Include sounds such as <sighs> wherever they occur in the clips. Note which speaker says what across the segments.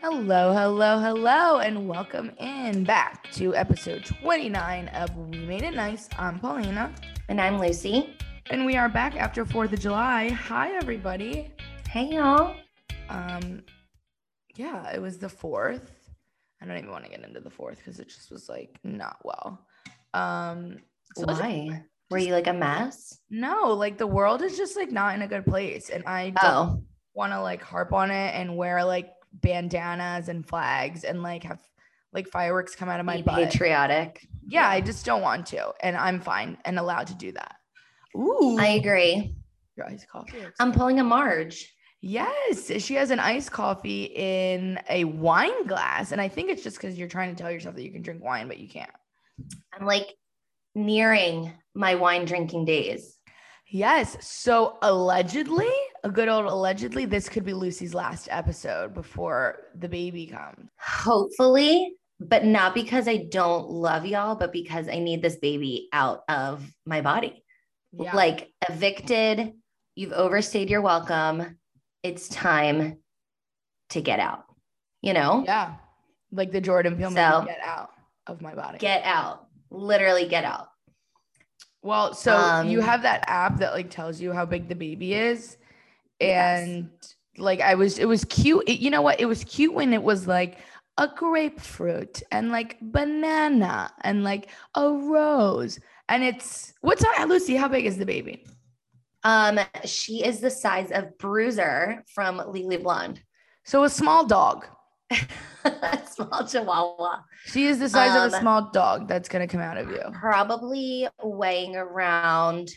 Speaker 1: Hello, hello, hello, and welcome in back to episode 29 of We Made It Nice. I'm Paulina,
Speaker 2: And I'm Lucy.
Speaker 1: and we are back after 4th of July. Hi, everybody.
Speaker 2: Hey, y'all.
Speaker 1: Um, yeah, it was the 4th. I don't even want to get into the 4th because it just was like not well. Um, so let's-
Speaker 2: Why? Were you like a mess?
Speaker 1: No, like the world is just like not in a good place, and I don't
Speaker 2: Oh,
Speaker 1: want to like harp on it and wear like bandanas and flags and like have like fireworks come out of my
Speaker 2: my
Speaker 1: butt.
Speaker 2: patriotic.
Speaker 1: yeah, I just don't want to, and I'm fine and allowed to do that. Ooh,
Speaker 2: I Um, agree.
Speaker 1: your iced coffee. looks
Speaker 2: I'm
Speaker 1: good.
Speaker 2: pulling a Marge.
Speaker 1: yes, she has an iced coffee in a wine glass, and I think it's just because you're trying to tell yourself that you can drink wine, but you can't.
Speaker 2: I'm like nearing my wine drinking days.
Speaker 1: Yes, so allegedly, a good old allegedly, this could be Lucy's last episode before the baby comes.
Speaker 2: Hopefully, but not because I don't love y'all, but because I need this baby out of my body.
Speaker 1: Yeah.
Speaker 2: Like evicted, you've overstayed your welcome. It's time to get out. You know?
Speaker 1: Yeah. Like the Jordan Peele
Speaker 2: So-
Speaker 1: movie, get out of my body.
Speaker 2: Get out. Literally get out.
Speaker 1: well, so you
Speaker 2: Um,
Speaker 1: have that app that like tells you how big the baby is.
Speaker 2: Yes.
Speaker 1: And like I was it was cute. It- you know what? It was cute when it was like a grapefruit and like banana and like a rose. And it's what's on Lucy, how big is the baby?
Speaker 2: Um, she is the size of Bruiser from Lily Blonde, <laughs>
Speaker 1: So a small dog.
Speaker 2: small Chihuahua,
Speaker 1: She is the size of a
Speaker 2: Um,
Speaker 1: small dog that's gonna come out of you.
Speaker 2: probably weighing around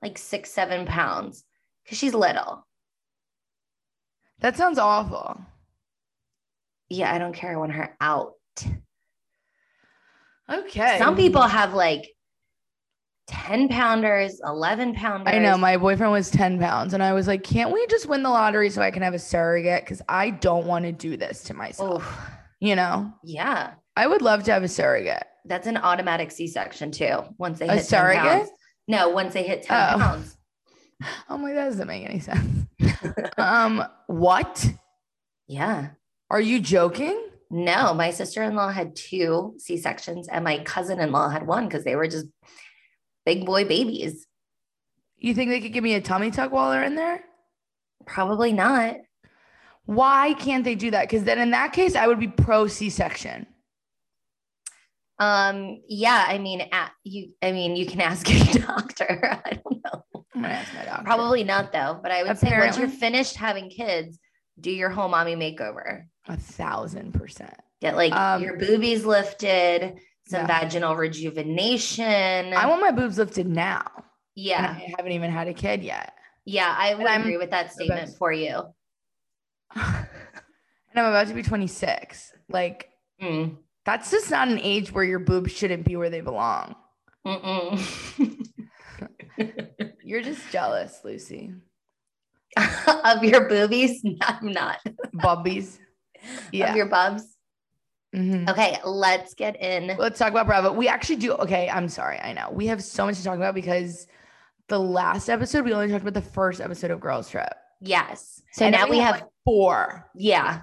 Speaker 2: like six, seven pounds because she's little.
Speaker 1: That sounds awful.
Speaker 2: Yeah, I don't care. I want her out.
Speaker 1: Okay.
Speaker 2: Some people have like 10 pounders, 11 pounders.
Speaker 1: I know my boyfriend was 10 pounds, and I was like, Can't we just win the lottery so I can have a surrogate? Because I don't want to do this to myself.
Speaker 2: Oh,
Speaker 1: You know,
Speaker 2: yeah.
Speaker 1: I would love to have a surrogate.
Speaker 2: That's an automatic C section too. Once they
Speaker 1: A
Speaker 2: hit 10
Speaker 1: surrogate?
Speaker 2: pounds. No, once they hit 10
Speaker 1: Oh.
Speaker 2: pounds.
Speaker 1: Oh my, that doesn't make any sense. <laughs> um, what
Speaker 2: Yeah.
Speaker 1: are you joking?
Speaker 2: No, my sister in law had two C sections, and my cousin in law had one because they were just big boy babies.
Speaker 1: You think they could give me a tummy tuck while they're in there?
Speaker 2: Probably not.
Speaker 1: Why can't they do that? Because then in that case, I would be pro C section.
Speaker 2: Um, yeah, I mean, at, you, I mean, you can <laughs> ask your doctor. <laughs> I don't know.
Speaker 1: I'm gonna ask my doctor.
Speaker 2: Probably not though. But I would say once
Speaker 1: Apparently-
Speaker 2: you're finished having kids, do your whole mommy makeover.
Speaker 1: a thousand percent.
Speaker 2: Get like
Speaker 1: Um,
Speaker 2: your boobies lifted, some
Speaker 1: yeah.
Speaker 2: vaginal rejuvenation.
Speaker 1: I want my boobs lifted now. and
Speaker 2: yeah,
Speaker 1: I haven't even had a kid yet.
Speaker 2: yeah, I would
Speaker 1: I'm-
Speaker 2: agree with that statement for you.
Speaker 1: <laughs> and I'm about to be 26. Like,
Speaker 2: Mm.
Speaker 1: that's just not an age where your boobs shouldn't be where they belong.
Speaker 2: mm, <laughs> Mm-mm.
Speaker 1: You're just jealous, Lucy.
Speaker 2: <laughs> of your boobies? <laughs> No, I'm not. <laughs>
Speaker 1: Bobbies. Yeah.
Speaker 2: Of your bubs.
Speaker 1: Mhm.
Speaker 2: Okay, let's get in.
Speaker 1: Let's talk about Bravo. We actually do. Okay. I'm sorry. I know. We have so much to talk about because the last episode, we only talked about the first episode of Girls Trip.
Speaker 2: Yes. So
Speaker 1: And
Speaker 2: now
Speaker 1: then
Speaker 2: we have,
Speaker 1: like, four
Speaker 2: yeah.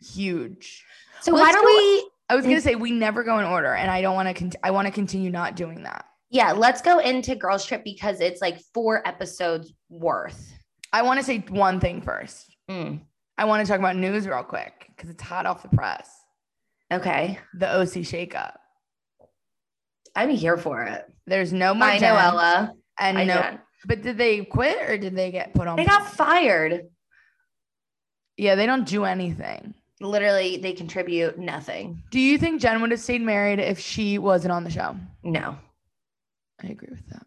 Speaker 1: huge.
Speaker 2: So
Speaker 1: Let's
Speaker 2: why don't
Speaker 1: go-
Speaker 2: we?
Speaker 1: I was going to say, we never go in order. And I don't want to, con- I want to continue not doing that.
Speaker 2: Yeah, let's go into Girls Trip because it's like four episodes worth.
Speaker 1: I want to say one thing first.
Speaker 2: Mm,
Speaker 1: I want to talk about news real quick because it's hot off the press.
Speaker 2: Okay,
Speaker 1: The OC shakeup.
Speaker 2: I'm here for it.
Speaker 1: There's no more
Speaker 2: I know
Speaker 1: Jen
Speaker 2: Ella.
Speaker 1: and
Speaker 2: I
Speaker 1: no.
Speaker 2: know.
Speaker 1: But did they quit or did they get put on?
Speaker 2: They got
Speaker 1: pause?
Speaker 2: fired.
Speaker 1: yeah, they don't do anything.
Speaker 2: Literally, they contribute nothing.
Speaker 1: Do you think Jen would have stayed married if she wasn't on the show?
Speaker 2: No,
Speaker 1: I agree with that.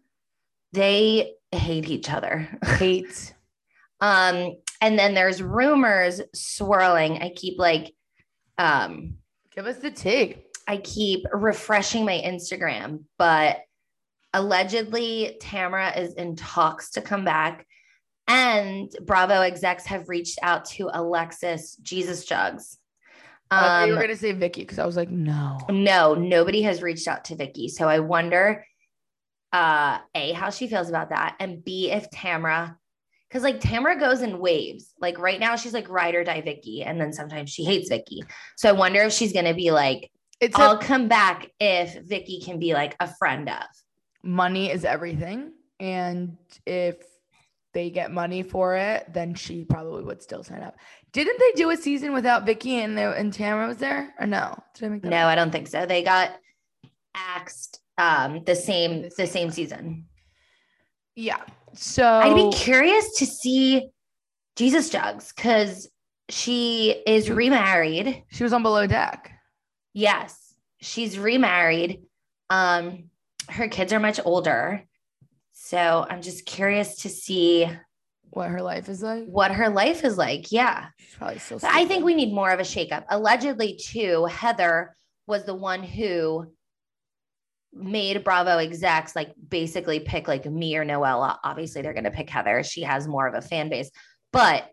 Speaker 2: they hate each other. <laughs>
Speaker 1: Hate.
Speaker 2: Um, and then there's rumors swirling. I keep like, um,
Speaker 1: Give us the tea.
Speaker 2: I keep refreshing my Instagram, but allegedly Tamara is in talks to come back. And Bravo execs have reached out to Alexis Jesus Jugs.
Speaker 1: I thought you
Speaker 2: Um,
Speaker 1: were gonna say Vicky because I was like, no.
Speaker 2: no, nobody has reached out to Vicky. So I wonder uh, A, how she feels about that, and B, if Tamara, Cause like Tamara goes in waves. Like right now, she's like ride or die Vicky. And then sometimes she hates Vicky. So I wonder if she's gonna be like,
Speaker 1: It's
Speaker 2: I'll
Speaker 1: a,
Speaker 2: come back if Vicky can be like a friend of.
Speaker 1: money is everything, and if they get money for it, then she probably would still sign up. Didn't they do a season without Vicky and the, and Tamara was there or no? Did I make that
Speaker 2: No,
Speaker 1: up?
Speaker 2: I don't think so. They got axed um the same the same season.
Speaker 1: Yeah. So
Speaker 2: I'd be curious to see Jesus Jugs because she is remarried.
Speaker 1: she was on Below Deck.
Speaker 2: Yes, she's remarried. Um, her kids are much older. So I'm just curious to see
Speaker 1: What her life is like?
Speaker 2: what her life is like. Yeah.
Speaker 1: She's probably still.
Speaker 2: But I think
Speaker 1: sleeping.
Speaker 2: we need more of a shakeup. Allegedly, too, Heather was the one who made Bravo execs like basically pick like me or Noella. Obviously, they're going to pick Heather. She has more of a fan base, but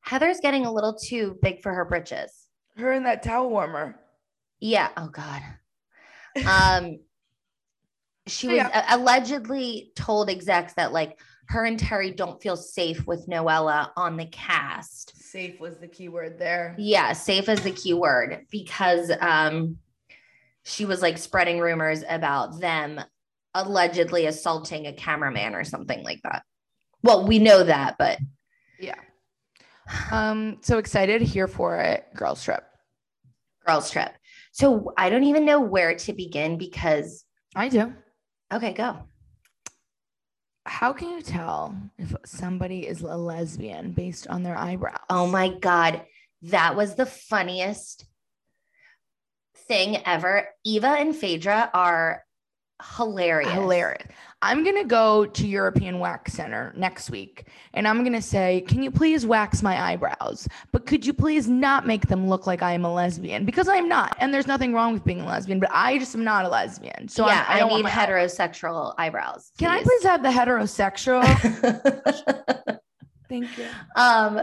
Speaker 2: Heather's getting a little too big for her britches.
Speaker 1: her in that towel warmer.
Speaker 2: Yeah. Oh God. Um, <laughs> she was
Speaker 1: Yeah.
Speaker 2: a- allegedly told execs that like her and Terry don't feel safe with Noella on the cast.
Speaker 1: Safe was the key word there.
Speaker 2: Yeah, safe is the key word because um she was like spreading rumors about them allegedly assaulting a cameraman or something like that. Well, we know that, but
Speaker 1: Um, so excited here for it, girls trip.
Speaker 2: girls trip. So I don't even know where to begin because
Speaker 1: I do.
Speaker 2: okay, go.
Speaker 1: How can you tell if somebody is a lesbian based on their eyebrows?
Speaker 2: Oh my god, that was the funniest thing ever. Eva and Phaedra are hilarious.
Speaker 1: Hilarious. I'm gonna go to European Wax Center next week and I'm gonna say, Can you please wax my eyebrows? But could you please not make them look like I am a lesbian? Because I'm not. And there's nothing wrong with being a lesbian, but I just am not a lesbian. So
Speaker 2: yeah,
Speaker 1: I'm,
Speaker 2: I,
Speaker 1: I don't want
Speaker 2: need
Speaker 1: my
Speaker 2: heterosexual eyebrows.
Speaker 1: Can I please have the
Speaker 2: <laughs>
Speaker 1: heterosexual? Thank you.
Speaker 2: um,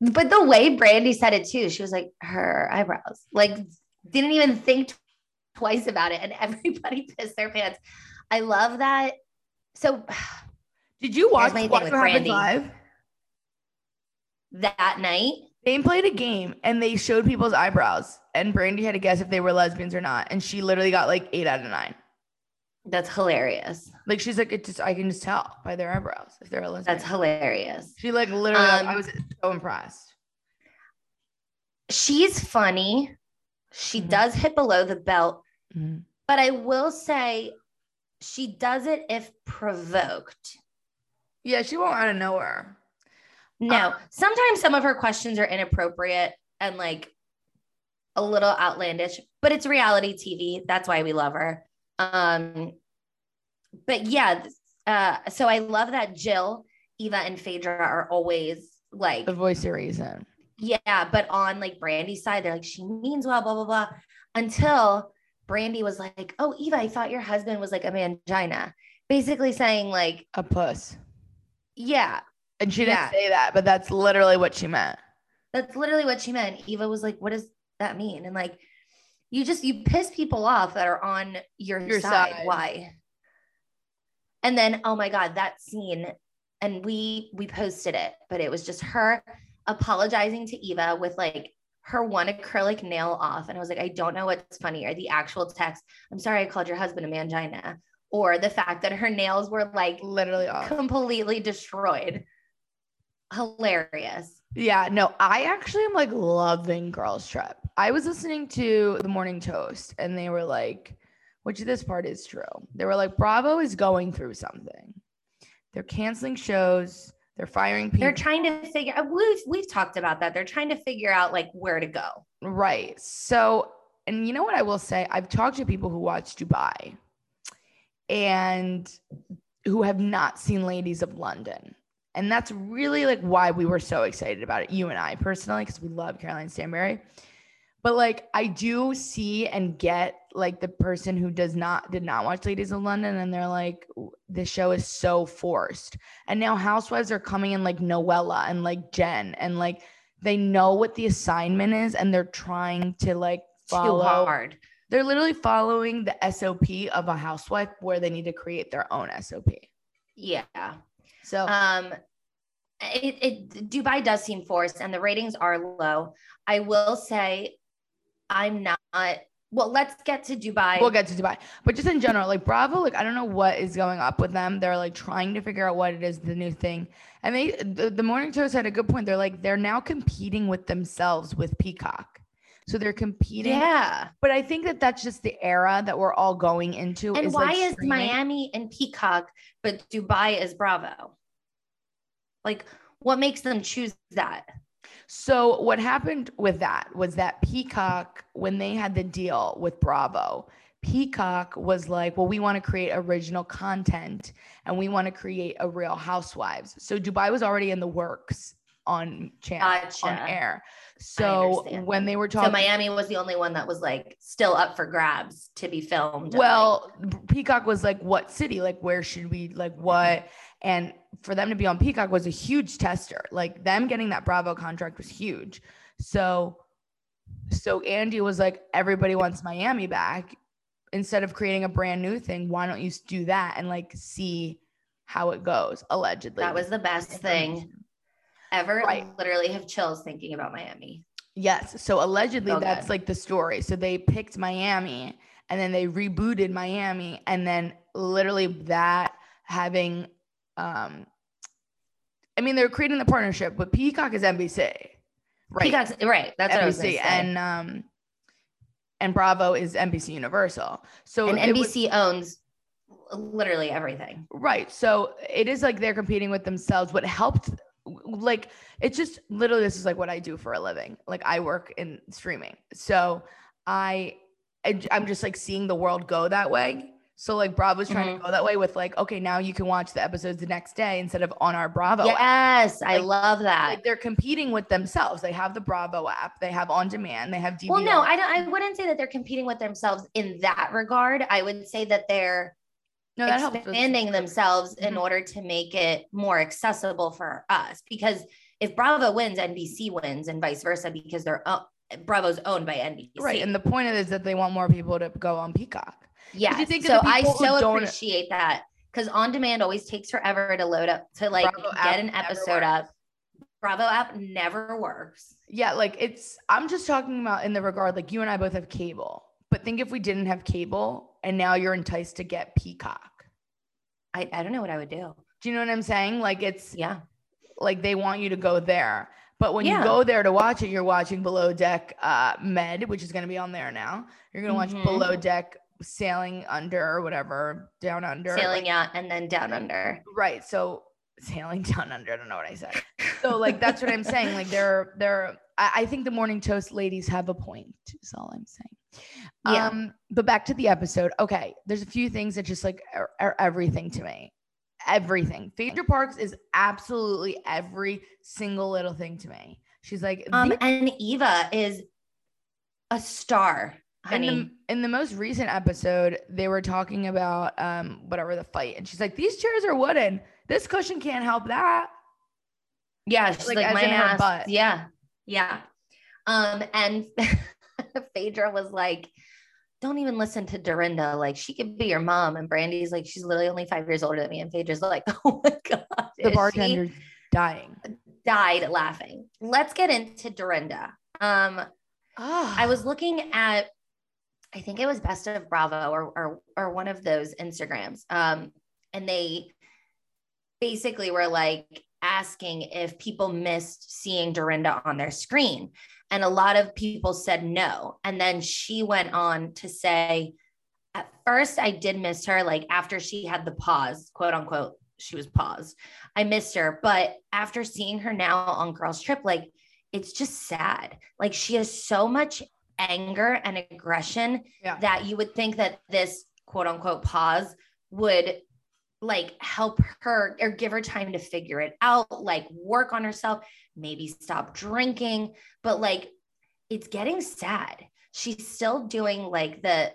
Speaker 2: but the way Brandy said it too, she was like, her eyebrows, like, didn't even think twice about it, and <laughs> everybody pissed their pants. I love that. So
Speaker 1: Did you watch
Speaker 2: my thing
Speaker 1: Watch What
Speaker 2: with
Speaker 1: Happens
Speaker 2: Brandy.
Speaker 1: Live?
Speaker 2: that night,
Speaker 1: They played a game and they showed people's eyebrows, and Brandy had to guess if they were lesbians or not, and she literally got like eight out of nine.
Speaker 2: that's hilarious.
Speaker 1: Like she's like, it just I can just tell by their eyebrows if they're a lesbian.
Speaker 2: That's hilarious.
Speaker 1: she like literally, like,
Speaker 2: Um,
Speaker 1: I was so impressed.
Speaker 2: She's funny. She
Speaker 1: Mhm.
Speaker 2: does hit below the belt,
Speaker 1: Mhm.
Speaker 2: but I will say she does it if provoked.
Speaker 1: Yeah, she won't out of nowhere.
Speaker 2: No, sometimes some of her questions are inappropriate and like a little outlandish, but it's reality TV. That's why we love her. Um, but yeah, th- uh, so I love that Jill, Eva, and Phaedra are always like,
Speaker 1: The voice of reason.
Speaker 2: yeah, but on like Brandy's side, they're like, she means well, blah, blah, blah. Until Brandy was like, oh, Eva, I thought your husband was like a mangina. Basically saying, like,
Speaker 1: A puss.
Speaker 2: yeah,
Speaker 1: And she didn't
Speaker 2: Yeah.
Speaker 1: say that, but that's literally what she meant.
Speaker 2: That's literally what she meant. Eva was like, "What does that mean?" And like, you just you piss people off that are on your,
Speaker 1: Your
Speaker 2: side.
Speaker 1: side.
Speaker 2: Why? And then, oh my god, that scene, and we we posted it, but it was just her apologizing to Eva with like her one acrylic nail off, and I was like, I don't know what's funnier, the actual text. I'm sorry, I called your husband a mangina, or the fact that her nails were like
Speaker 1: Literally off.
Speaker 2: completely destroyed. Hilarious.
Speaker 1: Yeah, no, I actually am like loving Girls Trip. I was listening to The Morning Toast and they were like, which this part is true. They were like, Bravo is going through something. They're canceling shows, they're firing people.
Speaker 2: they're trying to figure out we've, we've talked about that they're trying to figure out like where to go
Speaker 1: right. So, and you know what I will say? I've talked to people who watch Dubai and who have not seen Ladies of London. And that's really like why we were so excited about it, you and I personally, because we love Caroline Stanberry. But like I do see and get like the person who does not did not watch Ladies of London and they're like this show is so forced. And now housewives are coming in like Noella and like Jen and like they know what the assignment is and they're trying to like follow
Speaker 2: too hard
Speaker 1: they're literally following the SOP of a housewife where they need to create their own SOP.
Speaker 2: yeah
Speaker 1: So
Speaker 2: um it, it Dubai does seem forced and the ratings are low. I will say I'm not well, let's get to Dubai.
Speaker 1: We'll get to Dubai. But just in general, like Bravo, like I don't know what is going up with them. They're like trying to figure out what it is, the new thing. And they the, the morning shows had a good point. They're like, they're now competing with themselves with Peacock. So they're competing.
Speaker 2: yeah.
Speaker 1: But I think that that's just the era that we're all going into.
Speaker 2: And
Speaker 1: is,
Speaker 2: why
Speaker 1: like,
Speaker 2: is
Speaker 1: streaming.
Speaker 2: Miami and Peacock, but Dubai is Bravo? Like, what makes them choose that?
Speaker 1: So what happened with that was that Peacock, when they had the deal with Bravo, Peacock was like, well, we want to create original content and we want to create a real housewives. So Dubai was already in the works on channel on
Speaker 2: Gotcha.
Speaker 1: air. So
Speaker 2: understand.
Speaker 1: when they were
Speaker 2: So
Speaker 1: talking
Speaker 2: Miami was the only one that was like still up for grabs to be filmed.
Speaker 1: Well, Peacock was like, what city? Like, where should we? Like, what? And for them to be on Peacock was a huge tester. Like, them getting that Bravo contract was huge. So, so Andy was like, everybody wants Miami back. Instead of creating a brand new thing, why don't you do that and like see how it goes? Allegedly,
Speaker 2: that was the best thing ever.
Speaker 1: Right.
Speaker 2: Literally have chills thinking about Miami.
Speaker 1: Yes. So allegedly,
Speaker 2: So
Speaker 1: that's
Speaker 2: good.
Speaker 1: like the story. So they picked Miami and then they rebooted Miami. And then literally that having, um, I mean, they're creating the partnership, but Peacock is NBC, right?
Speaker 2: Peacock's right. That's what I was
Speaker 1: NBC
Speaker 2: gonna say.
Speaker 1: and, um, and Bravo is NBC Universal. So
Speaker 2: and
Speaker 1: it was-
Speaker 2: NBC owns literally everything.
Speaker 1: Right. So it is like they're competing with themselves. What helped, like, it's just literally this is like what I do for a living. Like, I work in streaming. So I, I- I'm just like seeing the world go that way. So, like, Bravo's trying
Speaker 2: Mm-hmm.
Speaker 1: to go that way with, like, okay, now you can watch the episodes the next day instead of on our Bravo app.
Speaker 2: yes, I
Speaker 1: Like-
Speaker 2: love that.
Speaker 1: Like, they're competing with themselves. They have the Bravo app, they have on demand, they have DVR.
Speaker 2: well, no, I don't. I wouldn't say that they're competing with themselves in that regard. I would say that they're
Speaker 1: no, that helps. with-
Speaker 2: expanding themselves in
Speaker 1: Mhm.
Speaker 2: order to make it more accessible for us. Because if Bravo wins, NBC wins, and vice versa, because they're o- Bravo's owned by NBC.
Speaker 1: Right. And the point of it is that they want more people to go on Peacock.
Speaker 2: yeah,
Speaker 1: you think of
Speaker 2: so
Speaker 1: the
Speaker 2: I
Speaker 1: people who
Speaker 2: so
Speaker 1: don't-
Speaker 2: appreciate that because on demand always takes forever to load up to like
Speaker 1: Bravo app
Speaker 2: get an
Speaker 1: never
Speaker 2: episode
Speaker 1: works.
Speaker 2: up. Bravo app never works.
Speaker 1: Yeah, like it's I'm just talking about in the regard like you and I both have cable. But think if we didn't have cable and now you're enticed to get Peacock.
Speaker 2: I, I don't know what I would do.
Speaker 1: Do you know what I'm saying? Like it's
Speaker 2: Yeah.
Speaker 1: like they want you to go there. But when
Speaker 2: Yeah.
Speaker 1: you go there to watch it, you're watching Below Deck uh, Med, which is going to be on there now. You're going to watch
Speaker 2: Mhm.
Speaker 1: Below Deck Sailing Under or whatever, Down Under. like-
Speaker 2: Sailing out and then down under.
Speaker 1: Right. So <laughs> sailing down under. I don't know what I said. So like that's what I'm saying. Like they're they're I, I think the morning toast ladies have a point, is all I'm saying.
Speaker 2: Yeah.
Speaker 1: Um, but back to the episode. Okay, there's a few things that just like are, are everything to me. Everything. Phaedra Parks is absolutely every single little thing to me. She's like
Speaker 2: Um,
Speaker 1: the-
Speaker 2: and Eva is a star,
Speaker 1: in
Speaker 2: honey.
Speaker 1: the, in the most recent episode, they were talking about um whatever the fight, and she's like, "These chairs are wooden. This cushion can't help that."
Speaker 2: yeah, she's
Speaker 1: like,
Speaker 2: like,
Speaker 1: as
Speaker 2: my
Speaker 1: in her
Speaker 2: ass.
Speaker 1: butt.
Speaker 2: Yeah, yeah. Um, and <laughs> Phaedra was like, "Don't even listen to Dorinda. Like, she could be your mom." And Brandy's like, "She's literally only five years older than me." And Phaedra's like, <laughs> "Oh my god."
Speaker 1: The
Speaker 2: is she
Speaker 1: bartender's dying.
Speaker 2: died laughing. Let's get into Dorinda. Um,
Speaker 1: Oh,
Speaker 2: I was looking at, I think it was Best of Bravo or or, or one of those Instagrams, um, and they basically were like asking if people missed seeing Dorinda on their screen, and a lot of people said no, and then she went on to say, at first I did miss her, like after she had the pause, quote unquote, she was paused. I missed her, but after seeing her now on Girls Trip, like it's just sad. Like she has so much anger and aggression
Speaker 1: Yeah.
Speaker 2: that you would think that this quote unquote pause would like help her or give her time to figure it out, like work on herself, maybe stop drinking, but like it's getting sad. She's still doing like the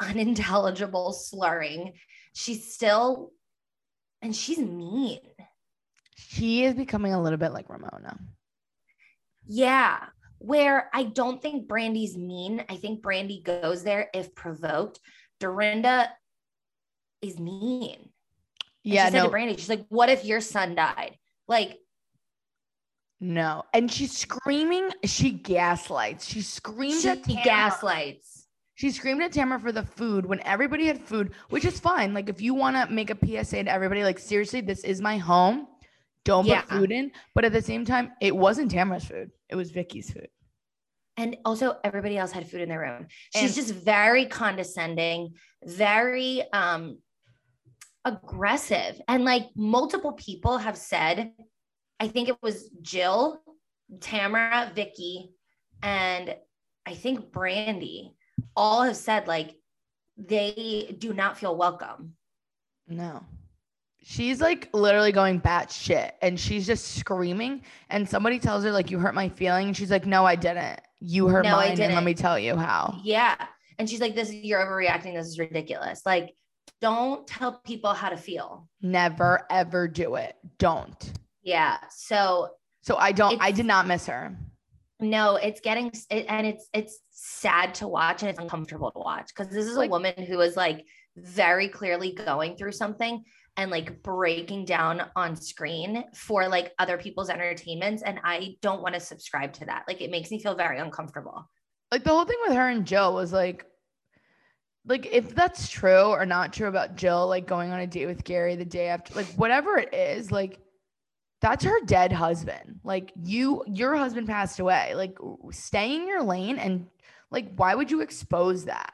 Speaker 2: unintelligible slurring. She's still and she's mean.
Speaker 1: she is becoming a little bit like Ramona.
Speaker 2: Yeah. Where I don't think Brandy's mean. I think Brandy goes there if provoked. Dorinda is mean. And
Speaker 1: Yeah,
Speaker 2: she said to
Speaker 1: no,
Speaker 2: Brandy, she's like, what if your son died? Like,
Speaker 1: No. And she's screaming. She gaslights. She screamed
Speaker 2: She
Speaker 1: at Tamara.
Speaker 2: gaslights.
Speaker 1: She screamed at Tamara for the food when everybody had food, which is fine. Like, if you want to make a PSA to everybody, like, seriously, this is my home. Don't
Speaker 2: Yeah.
Speaker 1: put food in. But at the same time, it wasn't Tamara's food. It was Vicky's food.
Speaker 2: And also everybody else had food in their room.
Speaker 1: And-
Speaker 2: She's just very condescending, very um aggressive. And like multiple people have said, I think it was Jill, Tamara, Vicky, and I think Brandy all have said like they do not feel welcome.
Speaker 1: No. She's like literally going batshit and she's just screaming. And somebody tells her, like, you hurt my feeling. And she's like, no, I didn't. You hurt
Speaker 2: No, I
Speaker 1: mine. And let
Speaker 2: didn't."
Speaker 1: me tell you how.
Speaker 2: Yeah. And she's like, This is you're overreacting. This is ridiculous. Like, don't tell people how to feel.
Speaker 1: Never, ever do it. Don't.
Speaker 2: Yeah. So
Speaker 1: So I don't, I
Speaker 2: It's-
Speaker 1: did not miss her.
Speaker 2: no, it's getting it, and it's it's sad to watch and it's uncomfortable to watch because this is a
Speaker 1: Like-
Speaker 2: woman who is like very clearly going through something and like breaking down on screen for like other people's entertainments. And I don't want to subscribe to that. Like it makes me feel very uncomfortable.
Speaker 1: Like the whole thing with her and Jill was like, like if that's true or not true about Jill, like going on a date with Gary the day after, like whatever it is, like that's her dead husband. Like you, your husband passed away. Like stay in your lane and like why would you expose that?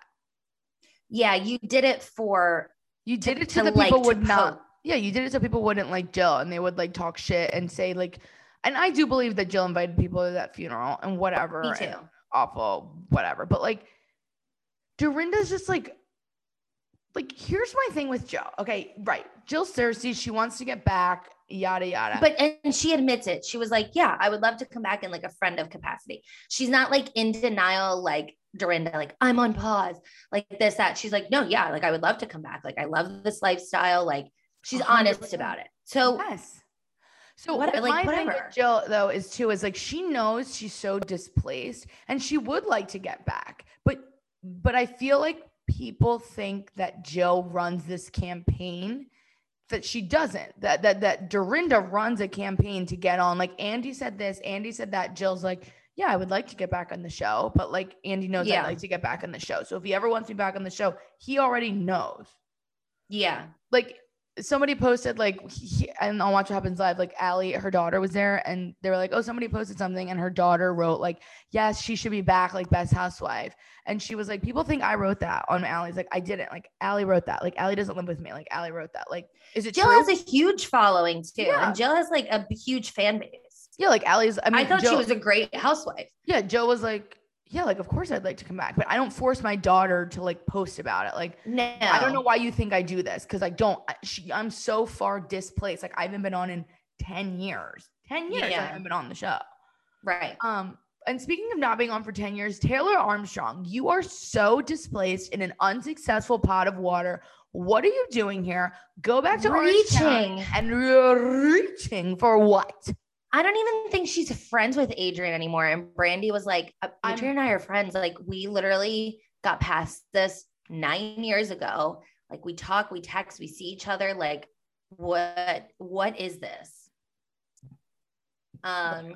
Speaker 2: Yeah, you did it for
Speaker 1: You did it to,
Speaker 2: to
Speaker 1: the people
Speaker 2: like, to
Speaker 1: would not.
Speaker 2: poke.
Speaker 1: Yeah, you did it so people wouldn't like Jill and they would like talk shit and say like, and I do believe that Jill invited people to that funeral and whatever.
Speaker 2: me
Speaker 1: and-
Speaker 2: too.
Speaker 1: awful, whatever. But like, Dorinda's just like, like here's my thing with Jill. Okay, right. Jill's thirsty. She wants to get back. Yada yada.
Speaker 2: But and she admits it. She was like, "Yeah, I would love to come back in like a friend of capacity." She's not like in denial, like Dorinda, like I'm on pause, like this that. She's like, "No, yeah, like I would love to come back. Like I love this lifestyle." Like she's honest
Speaker 1: 100%.
Speaker 2: about it. So
Speaker 1: yes. So uh,
Speaker 2: What-
Speaker 1: what,
Speaker 2: like,
Speaker 1: my thing
Speaker 2: whatever.
Speaker 1: with Jill though is too is like she knows she's so displaced and she would like to get back, but but I feel like people think that Jill runs this campaign that she doesn't that that that Dorinda runs a campaign to get on. Like Andy said this, Andy said that. Jill's like, yeah, I would like to get back on the show, but like Andy knows
Speaker 2: Yeah.
Speaker 1: I'd like to get back on the show. So if he ever wants me back on the show, he already knows
Speaker 2: yeah,
Speaker 1: like somebody posted like he, and on Watch What Happens Live, like Allie, her daughter was there, and they were like, oh, somebody posted something, and her daughter wrote like, yes, she should be back, like Best Housewife, and she was like, people think I wrote that on Allie's, like I didn't, like Allie wrote that, like Allie doesn't live with me, like Allie wrote that, like is it
Speaker 2: Jill
Speaker 1: true?
Speaker 2: has a huge following too,
Speaker 1: Yeah.
Speaker 2: and Jill has like a huge fan base.
Speaker 1: yeah, like Allie's. I
Speaker 2: I,
Speaker 1: mean,
Speaker 2: thought
Speaker 1: Jill-
Speaker 2: she was a great housewife.
Speaker 1: yeah, Joe was like, yeah, like of course I'd like to come back, but I don't force my daughter to like post about it, like.
Speaker 2: No,
Speaker 1: I don't know why you think I do this because I don't. I, she, I'm so far displaced. Like I haven't been on in ten years. Ten years I
Speaker 2: Yeah.
Speaker 1: haven't been on the show.
Speaker 2: Right.
Speaker 1: Um, and speaking of not being on for ten years, Taylor Armstrong, you are so displaced in an unsuccessful pot of water. What are you doing here? Go back to Orange County
Speaker 2: Reaching.
Speaker 1: and you're reaching for what?
Speaker 2: I don't even think she's friends with Adrian anymore. And Brandy was like, "Uh,
Speaker 1: I'm-
Speaker 2: Adrian and I are friends. Like, we literally got past this nine years ago. Like, we talk, we text, we see each other. Like, what what is this? Um,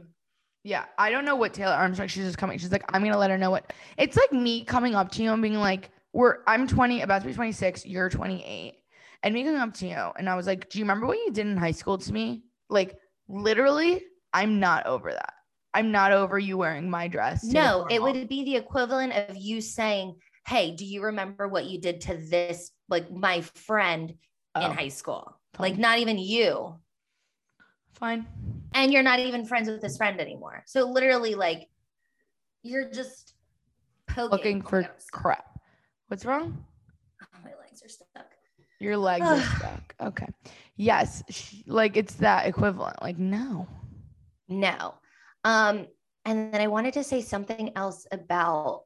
Speaker 1: Yeah, I don't know what Taylor Armstrong. She's just coming. She's like, I'm gonna let her know what. It's like me coming up to you and being like, "We're I'm 20, about to be 26. You're 28," and me coming up to you and I was like, "Do you remember what you did in high school to me? Like, literally, I'm not over that. I'm not over you wearing my dress. to the
Speaker 2: no, it
Speaker 1: formal."
Speaker 2: would be the equivalent of you saying, Hey, do you remember what you did to this, like my friend
Speaker 1: Oh,
Speaker 2: in high school?
Speaker 1: Fine.
Speaker 2: Like, not even you.
Speaker 1: fine.
Speaker 2: and you're not even friends with this friend anymore. So literally, like, you're just poking.
Speaker 1: Looking
Speaker 2: Oh
Speaker 1: for
Speaker 2: my God,
Speaker 1: crap. What's wrong?
Speaker 2: oh, my legs are stuck.
Speaker 1: Your legs are
Speaker 2: <sighs> Ugh.
Speaker 1: stuck. Okay. Yes, she, like it's that equivalent. Like no.
Speaker 2: No. Um, and then I wanted to say something else about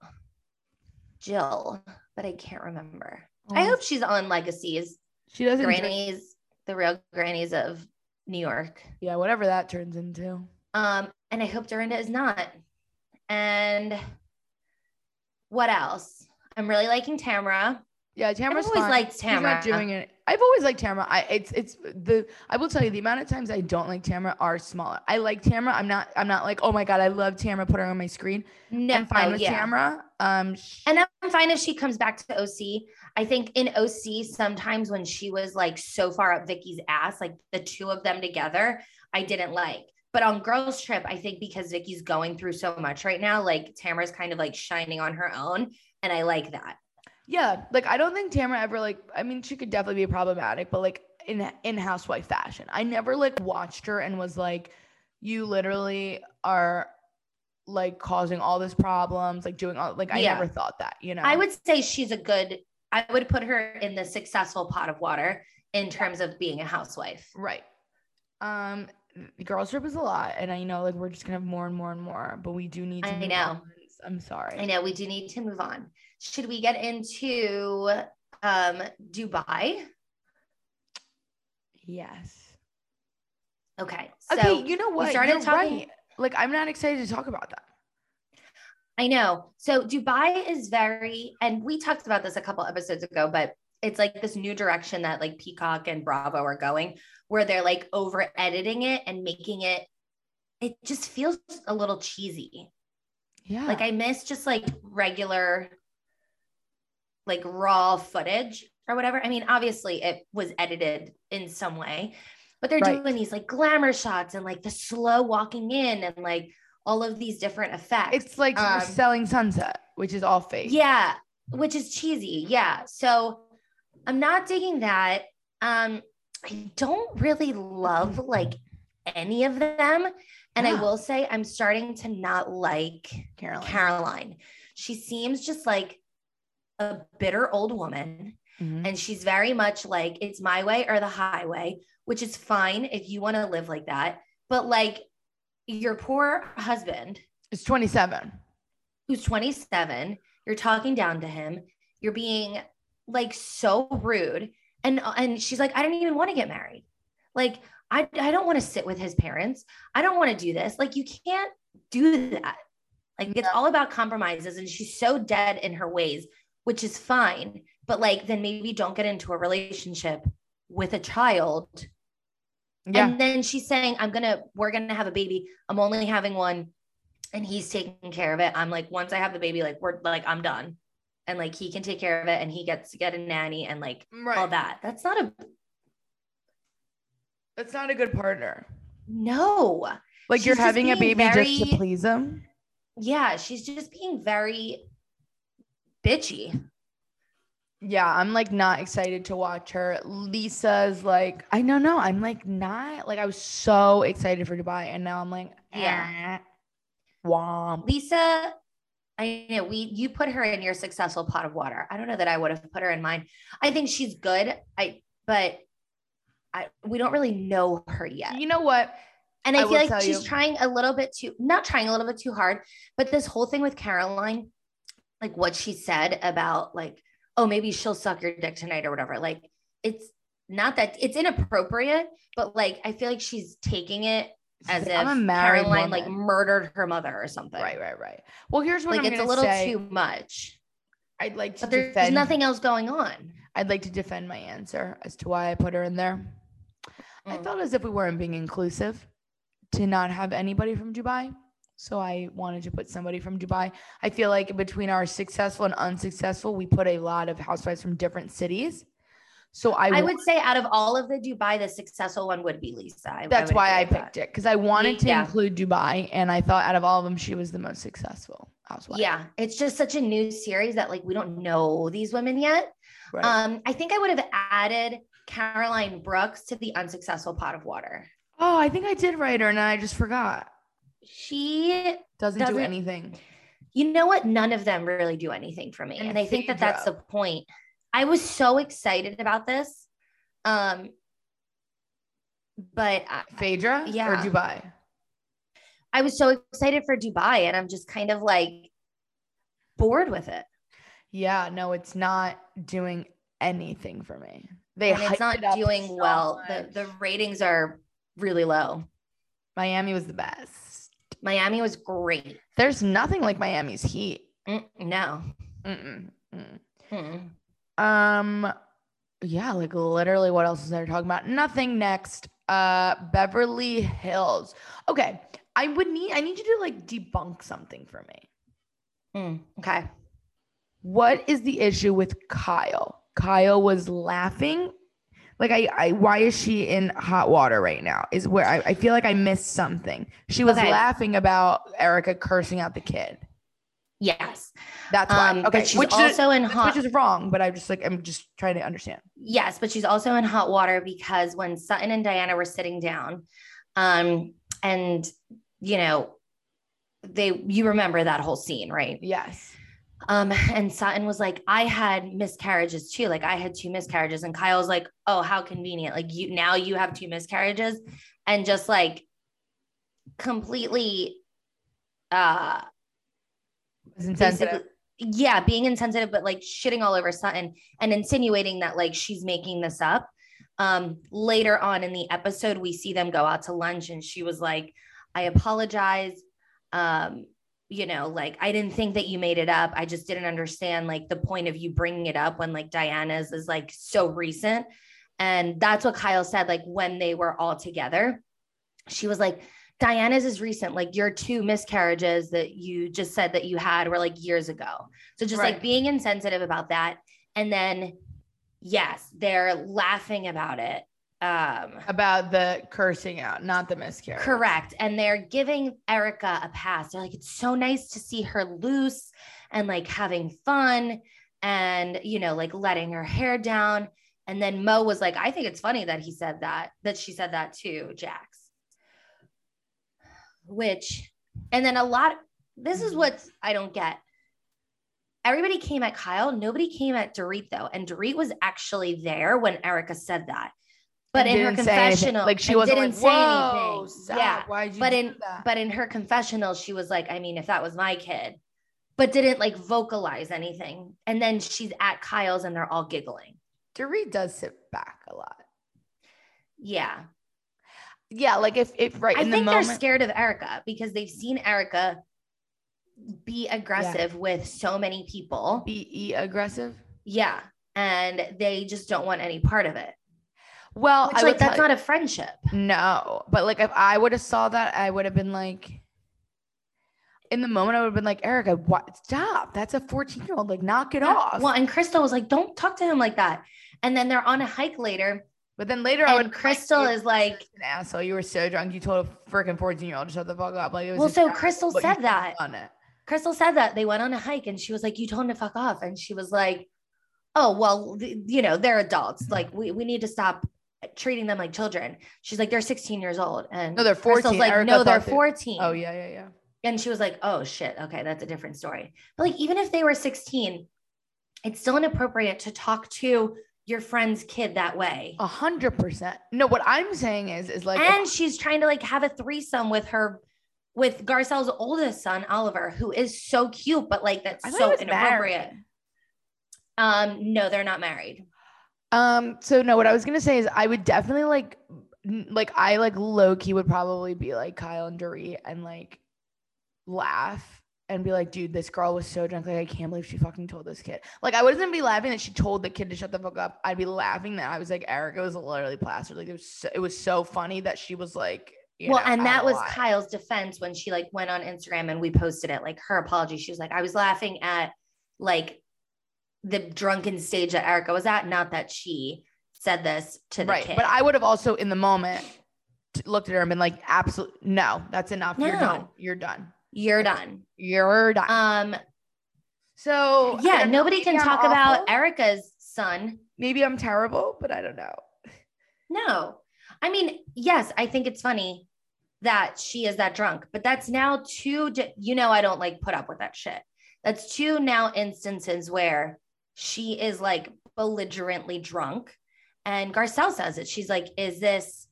Speaker 2: Jill, but I can't remember. I
Speaker 1: Oh,
Speaker 2: hope she's on Legacies,
Speaker 1: she doesn't. drink-
Speaker 2: Grannies, the real Grannies of New York.
Speaker 1: Yeah, whatever that turns into.
Speaker 2: Um, and I hope Dorinda is not. And what else? I'm really liking Tamara.
Speaker 1: Yeah, Tamara's
Speaker 2: I've always
Speaker 1: fine.
Speaker 2: liked
Speaker 1: She's
Speaker 2: Tamara.
Speaker 1: not doing it. I've always liked Tamara. I it's it's the I will tell you the amount of times I don't like Tamara are smaller. I like Tamara. I'm not I'm not like oh my god I love Tamara. Put her on my screen.
Speaker 2: No,
Speaker 1: I'm fine with
Speaker 2: yeah.
Speaker 1: Tamara. Um, sh-
Speaker 2: And I'm fine if she comes back to OC. I think in OC, sometimes when she was like so far up Vicky's ass, like the two of them together, I didn't like. But on Girls Trip, I think because Vicky's going through so much right now, like Tamara's kind of like shining on her own. And I like that.
Speaker 1: yeah, like I don't think Tamara ever like. I mean, she could definitely be problematic, but like in in housewife fashion, I never like watched her and was like, you literally are like causing all this problems, like doing all like I
Speaker 2: Yeah.
Speaker 1: never thought that. You know,
Speaker 2: I would say she's a good, I would put her in the successful pot of water in terms of being a housewife.
Speaker 1: Right. Um, the girls trip is a lot, and I know like we're just gonna have more and more and more, but we do need to.
Speaker 2: I
Speaker 1: move
Speaker 2: know.
Speaker 1: on. I'm sorry.
Speaker 2: I know we do need to move on. Should we get into um, Dubai?
Speaker 1: Yes.
Speaker 2: Okay.
Speaker 1: okay. You know what?
Speaker 2: started
Speaker 1: You're
Speaker 2: talking-
Speaker 1: right. Like I'm not excited to talk about that.
Speaker 2: I know. So Dubai is very, and we talked about this a couple episodes ago, but it's like this new direction that like Peacock and Bravo are going, where they're like over editing it and making it. It just feels a little cheesy.
Speaker 1: Yeah.
Speaker 2: Like I miss just like regular, like raw footage or whatever. I mean, obviously it was edited in some way, but they're
Speaker 1: Right.
Speaker 2: doing these like glamour shots and like the slow walking in and like all of these different effects.
Speaker 1: it's like we're
Speaker 2: um,
Speaker 1: selling sunset, which is all fake.
Speaker 2: Yeah, which is cheesy. Yeah. So I'm not digging that. Um, I don't really love like any of them. And
Speaker 1: Yeah.
Speaker 2: I will say I'm starting to not like
Speaker 1: Caroline.
Speaker 2: Caroline. She seems just like a bitter old woman.
Speaker 1: Mhm.
Speaker 2: And she's very much like, it's my way or the highway, which is fine if you want to live like that. But like your poor husband
Speaker 1: It's 27.
Speaker 2: who's 27 you're talking down to him you're being like so rude and and she's like i don't even want to get married like i i don't want to sit with his parents i don't want to do this like you can't do that like it's all about compromises and she's so dead in her ways which is fine but like then maybe don't get into a relationship with a child
Speaker 1: Yeah.
Speaker 2: and then she's saying, I'm going to, we're going to have a baby. I'm only having one and he's taking care of it. I'm like, once I have the baby, like, we're like, I'm done. And like, he can take care of it and he gets to get a nanny and like
Speaker 1: right.
Speaker 2: all that. That's not a,
Speaker 1: That's not a good partner.
Speaker 2: no.
Speaker 1: Like
Speaker 2: She's
Speaker 1: you're
Speaker 2: just
Speaker 1: having a
Speaker 2: being
Speaker 1: baby just to
Speaker 2: very-
Speaker 1: please him.
Speaker 2: Yeah. She's just being very bitchy.
Speaker 1: Yeah, I'm like not excited to watch her. Lisa's like, I don't know. I'm like not like I was so excited for Dubai, and now I'm like,
Speaker 2: Yeah.
Speaker 1: eh, womp.
Speaker 2: Lisa, I know we you put her in your successful pot of water. I don't know that I would have put her in mine. I think she's good. I but I we don't really know her yet.
Speaker 1: You know what?
Speaker 2: And
Speaker 1: I
Speaker 2: I,
Speaker 1: will
Speaker 2: feel
Speaker 1: tell
Speaker 2: like she's
Speaker 1: you-
Speaker 2: trying a little bit too, not trying a little bit too hard, but this whole thing with Caroline, like what she said about like, oh, maybe she'll suck your dick tonight or whatever. Like it's not that it's inappropriate, but like I feel like she's taking it as
Speaker 1: She's
Speaker 2: if
Speaker 1: like,
Speaker 2: Caroline like
Speaker 1: woman."
Speaker 2: murdered her mother or something.
Speaker 1: right, right, right. Well, here's what
Speaker 2: Like
Speaker 1: I'm
Speaker 2: it's a
Speaker 1: gonna
Speaker 2: little
Speaker 1: say.
Speaker 2: too much.
Speaker 1: I'd like to
Speaker 2: But there's
Speaker 1: defend.
Speaker 2: nothing else going on.
Speaker 1: I'd like to defend my answer as to why I put her in there. I
Speaker 2: Mm.
Speaker 1: felt as if we weren't being inclusive to not have anybody from Dubai. So I wanted to put somebody from Dubai. I feel like between our successful and unsuccessful, we put a lot of housewives from different cities. So I,
Speaker 2: I
Speaker 1: wa-
Speaker 2: would say out of all of the Dubai, the successful one would be Lisa. I- I
Speaker 1: that's
Speaker 2: would
Speaker 1: why
Speaker 2: agree
Speaker 1: I
Speaker 2: with that.
Speaker 1: picked it because I wanted to
Speaker 2: Yeah.
Speaker 1: include Dubai, and I thought out of all of them, she was the most successful housewife.
Speaker 2: Yeah, it's just such a new series that like we don't know these women yet.
Speaker 1: Right.
Speaker 2: Um, I think I would have added Caroline Brooks to the unsuccessful pot of water.
Speaker 1: oh, I think I did write her, and I just forgot.
Speaker 2: She,
Speaker 1: Doesn't, do
Speaker 2: Doesn't-
Speaker 1: anything.
Speaker 2: you know what? None of them really do anything for me,
Speaker 1: And
Speaker 2: and I think that that's the
Speaker 1: Phaedra.
Speaker 2: point. I was so excited about this, um, but I,
Speaker 1: Phaedra, or
Speaker 2: Yeah.
Speaker 1: Dubai.
Speaker 2: I was so excited for Dubai, and I'm just kind of like bored with it.
Speaker 1: Yeah, no, it's not doing anything for me. They
Speaker 2: And
Speaker 1: hyped
Speaker 2: it's not
Speaker 1: it up
Speaker 2: doing
Speaker 1: so
Speaker 2: well. The
Speaker 1: much.
Speaker 2: the ratings are really low.
Speaker 1: Miami was the best.
Speaker 2: Miami was great.
Speaker 1: There's nothing like Miami's heat.
Speaker 2: Mm, no.
Speaker 1: Mm-mm, mm.
Speaker 2: Mm.
Speaker 1: Um, Yeah, like literally, what else is there to talk about? Nothing next. Uh, Beverly Hills. Okay, I would need I need you to like debunk something for me.
Speaker 2: Mm, okay.
Speaker 1: What is the issue with Kyle? Kyle was laughing. Like I, I why is she in hot water right now? Is where I, I feel like I missed something. She was
Speaker 2: Okay.
Speaker 1: laughing about Erica cursing out the kid.
Speaker 2: Yes.
Speaker 1: That's why.
Speaker 2: Um,
Speaker 1: okay,
Speaker 2: But she's
Speaker 1: which is,
Speaker 2: also in
Speaker 1: which-
Speaker 2: hot.
Speaker 1: which is wrong, but I'm just like I'm just trying to understand.
Speaker 2: Yes, but she's also in hot water because when Sutton and Diana were sitting down, um, and you know, they you remember that whole scene, right?
Speaker 1: Yes.
Speaker 2: Um, and Sutton was like, I had miscarriages too. Like I had two miscarriages, and Kyle's like, Oh, how convenient. Like you now you have two miscarriages, and just like completely uh
Speaker 1: It's insensitive.
Speaker 2: basically- yeah, being insensitive, but like shitting all over Sutton and insinuating that like she's making this up. Um, later on in the episode, we see them go out to lunch and she was like, I apologize. Um, you know, like I didn't think that you made it up. I just didn't understand like the point of you bringing it up when like Diana's is like so recent. And that's what Kyle said, like when they were all together, she was like, Diana's is recent. Like your two miscarriages that you just said that you had were like years ago. So just
Speaker 1: Right.
Speaker 2: like being insensitive about that. And then, yes, they're laughing about it. Um,
Speaker 1: About the cursing out, not the miscarriage.
Speaker 2: Correct. And they're giving Erica a pass. They're like, it's so nice to see her loose and like having fun and, you know, like letting her hair down. And then Mo was like, I think it's funny that he said that, that she said that too, Jax. Which, and then a lot, this is what I don't get. Everybody came at Kyle. Nobody came at Dorit though. And Dorit was actually there when Erica said that. But
Speaker 1: And
Speaker 2: in her
Speaker 1: didn't say anything.
Speaker 2: confessional,
Speaker 1: like she
Speaker 2: and
Speaker 1: wasn't
Speaker 2: didn't
Speaker 1: like,
Speaker 2: say
Speaker 1: Whoa,
Speaker 2: anything.
Speaker 1: stop.
Speaker 2: Yeah.
Speaker 1: Why'd you
Speaker 2: but
Speaker 1: do
Speaker 2: in-
Speaker 1: that?
Speaker 2: But in her confessional, she was like, I mean, if that was my kid, but didn't like vocalize anything. And then she's at Kyle's and they're all giggling.
Speaker 1: Dorit does sit back a lot.
Speaker 2: Yeah.
Speaker 1: Yeah, like if if right
Speaker 2: I
Speaker 1: in
Speaker 2: think
Speaker 1: the
Speaker 2: they're
Speaker 1: moment.
Speaker 2: scared of Erica because they've seen Erica be aggressive with so many people.
Speaker 1: be aggressive.
Speaker 2: Yeah. And they just don't want any part of it.
Speaker 1: Well,
Speaker 2: Which,
Speaker 1: I
Speaker 2: like,
Speaker 1: like
Speaker 2: that's not a friendship.
Speaker 1: no, but like if I would have saw that, I would have been like, in the moment, I would have been like, Erica, what? Stop! That's a fourteen-year-old. Like, knock it off.
Speaker 2: Well, and Crystal was like, don't talk to him like that. And then they're on a hike later.
Speaker 1: but then later, I would.
Speaker 2: And Crystal is like,
Speaker 1: an asshole. You were so drunk. You told a freaking fourteen-year-old to shut the fuck up. Like it was.
Speaker 2: well,
Speaker 1: his
Speaker 2: so
Speaker 1: job,
Speaker 2: Crystal
Speaker 1: but you
Speaker 2: said
Speaker 1: shouldn't
Speaker 2: that.
Speaker 1: have done it.
Speaker 2: Crystal said that they went on a hike and she was like, You told him to fuck off. And she was like, Oh, well, th- you know, they're adults.
Speaker 1: Mm-hmm.
Speaker 2: Like, we, we need to stop treating them like children. She's like, They're 16 years old. And
Speaker 1: No, they're
Speaker 2: Crystal's
Speaker 1: 14.
Speaker 2: like,
Speaker 1: Erica
Speaker 2: No, they're
Speaker 1: thought they-
Speaker 2: 14.
Speaker 1: Oh yeah, yeah, yeah.
Speaker 2: And she was like, Oh shit. Okay. That's a different story. But like, even if they were 16, it's still inappropriate to talk to your friend's kid that way.
Speaker 1: A hundred percent. No, what I'm saying is, is like,
Speaker 2: and she's trying to like have a threesome with her. With Garcelle's oldest son, Oliver, who is so cute, but like that's
Speaker 1: I thought he
Speaker 2: so
Speaker 1: was
Speaker 2: inappropriate.
Speaker 1: married.
Speaker 2: Um, no, they're not married.
Speaker 1: Um. So no, what I was gonna say is I would definitely like, n- like I like low key would probably be like Kyle and Dorit and like laugh and be like, dude, this girl was so drunk. Like I can't believe she fucking told this kid. Like I wouldn't be laughing that she told the kid to shut the fuck up. I'd be laughing that I was like Erica was literally plastered. Like it was so, it was so funny that she was like. you
Speaker 2: well,
Speaker 1: know,
Speaker 2: and
Speaker 1: out
Speaker 2: that
Speaker 1: of
Speaker 2: was
Speaker 1: line.
Speaker 2: Kyle's defense when she like went on Instagram and we posted it. Like her apology, she was like, "I was laughing at like the drunken stage that Erica was at, not that she said this to the
Speaker 1: right.
Speaker 2: kid."
Speaker 1: But I would have also in the moment t- looked at her and been like, absolutely no, that's enough. You're done.
Speaker 2: No.
Speaker 1: You're done.
Speaker 2: You're done.
Speaker 1: You're done.
Speaker 2: Um,
Speaker 1: so I
Speaker 2: yeah,
Speaker 1: don't know,
Speaker 2: nobody
Speaker 1: maybe
Speaker 2: can
Speaker 1: I'm
Speaker 2: talk about
Speaker 1: awful.
Speaker 2: Erica's son.
Speaker 1: maybe I'm terrible, but I don't know.
Speaker 2: No, I mean, yes, I think it's funny that she is that drunk, but that's now two. di- You know, I don't like put up with that shit. That's two now instances where she is like belligerently drunk, and Garcelle says it. She's like, "Is this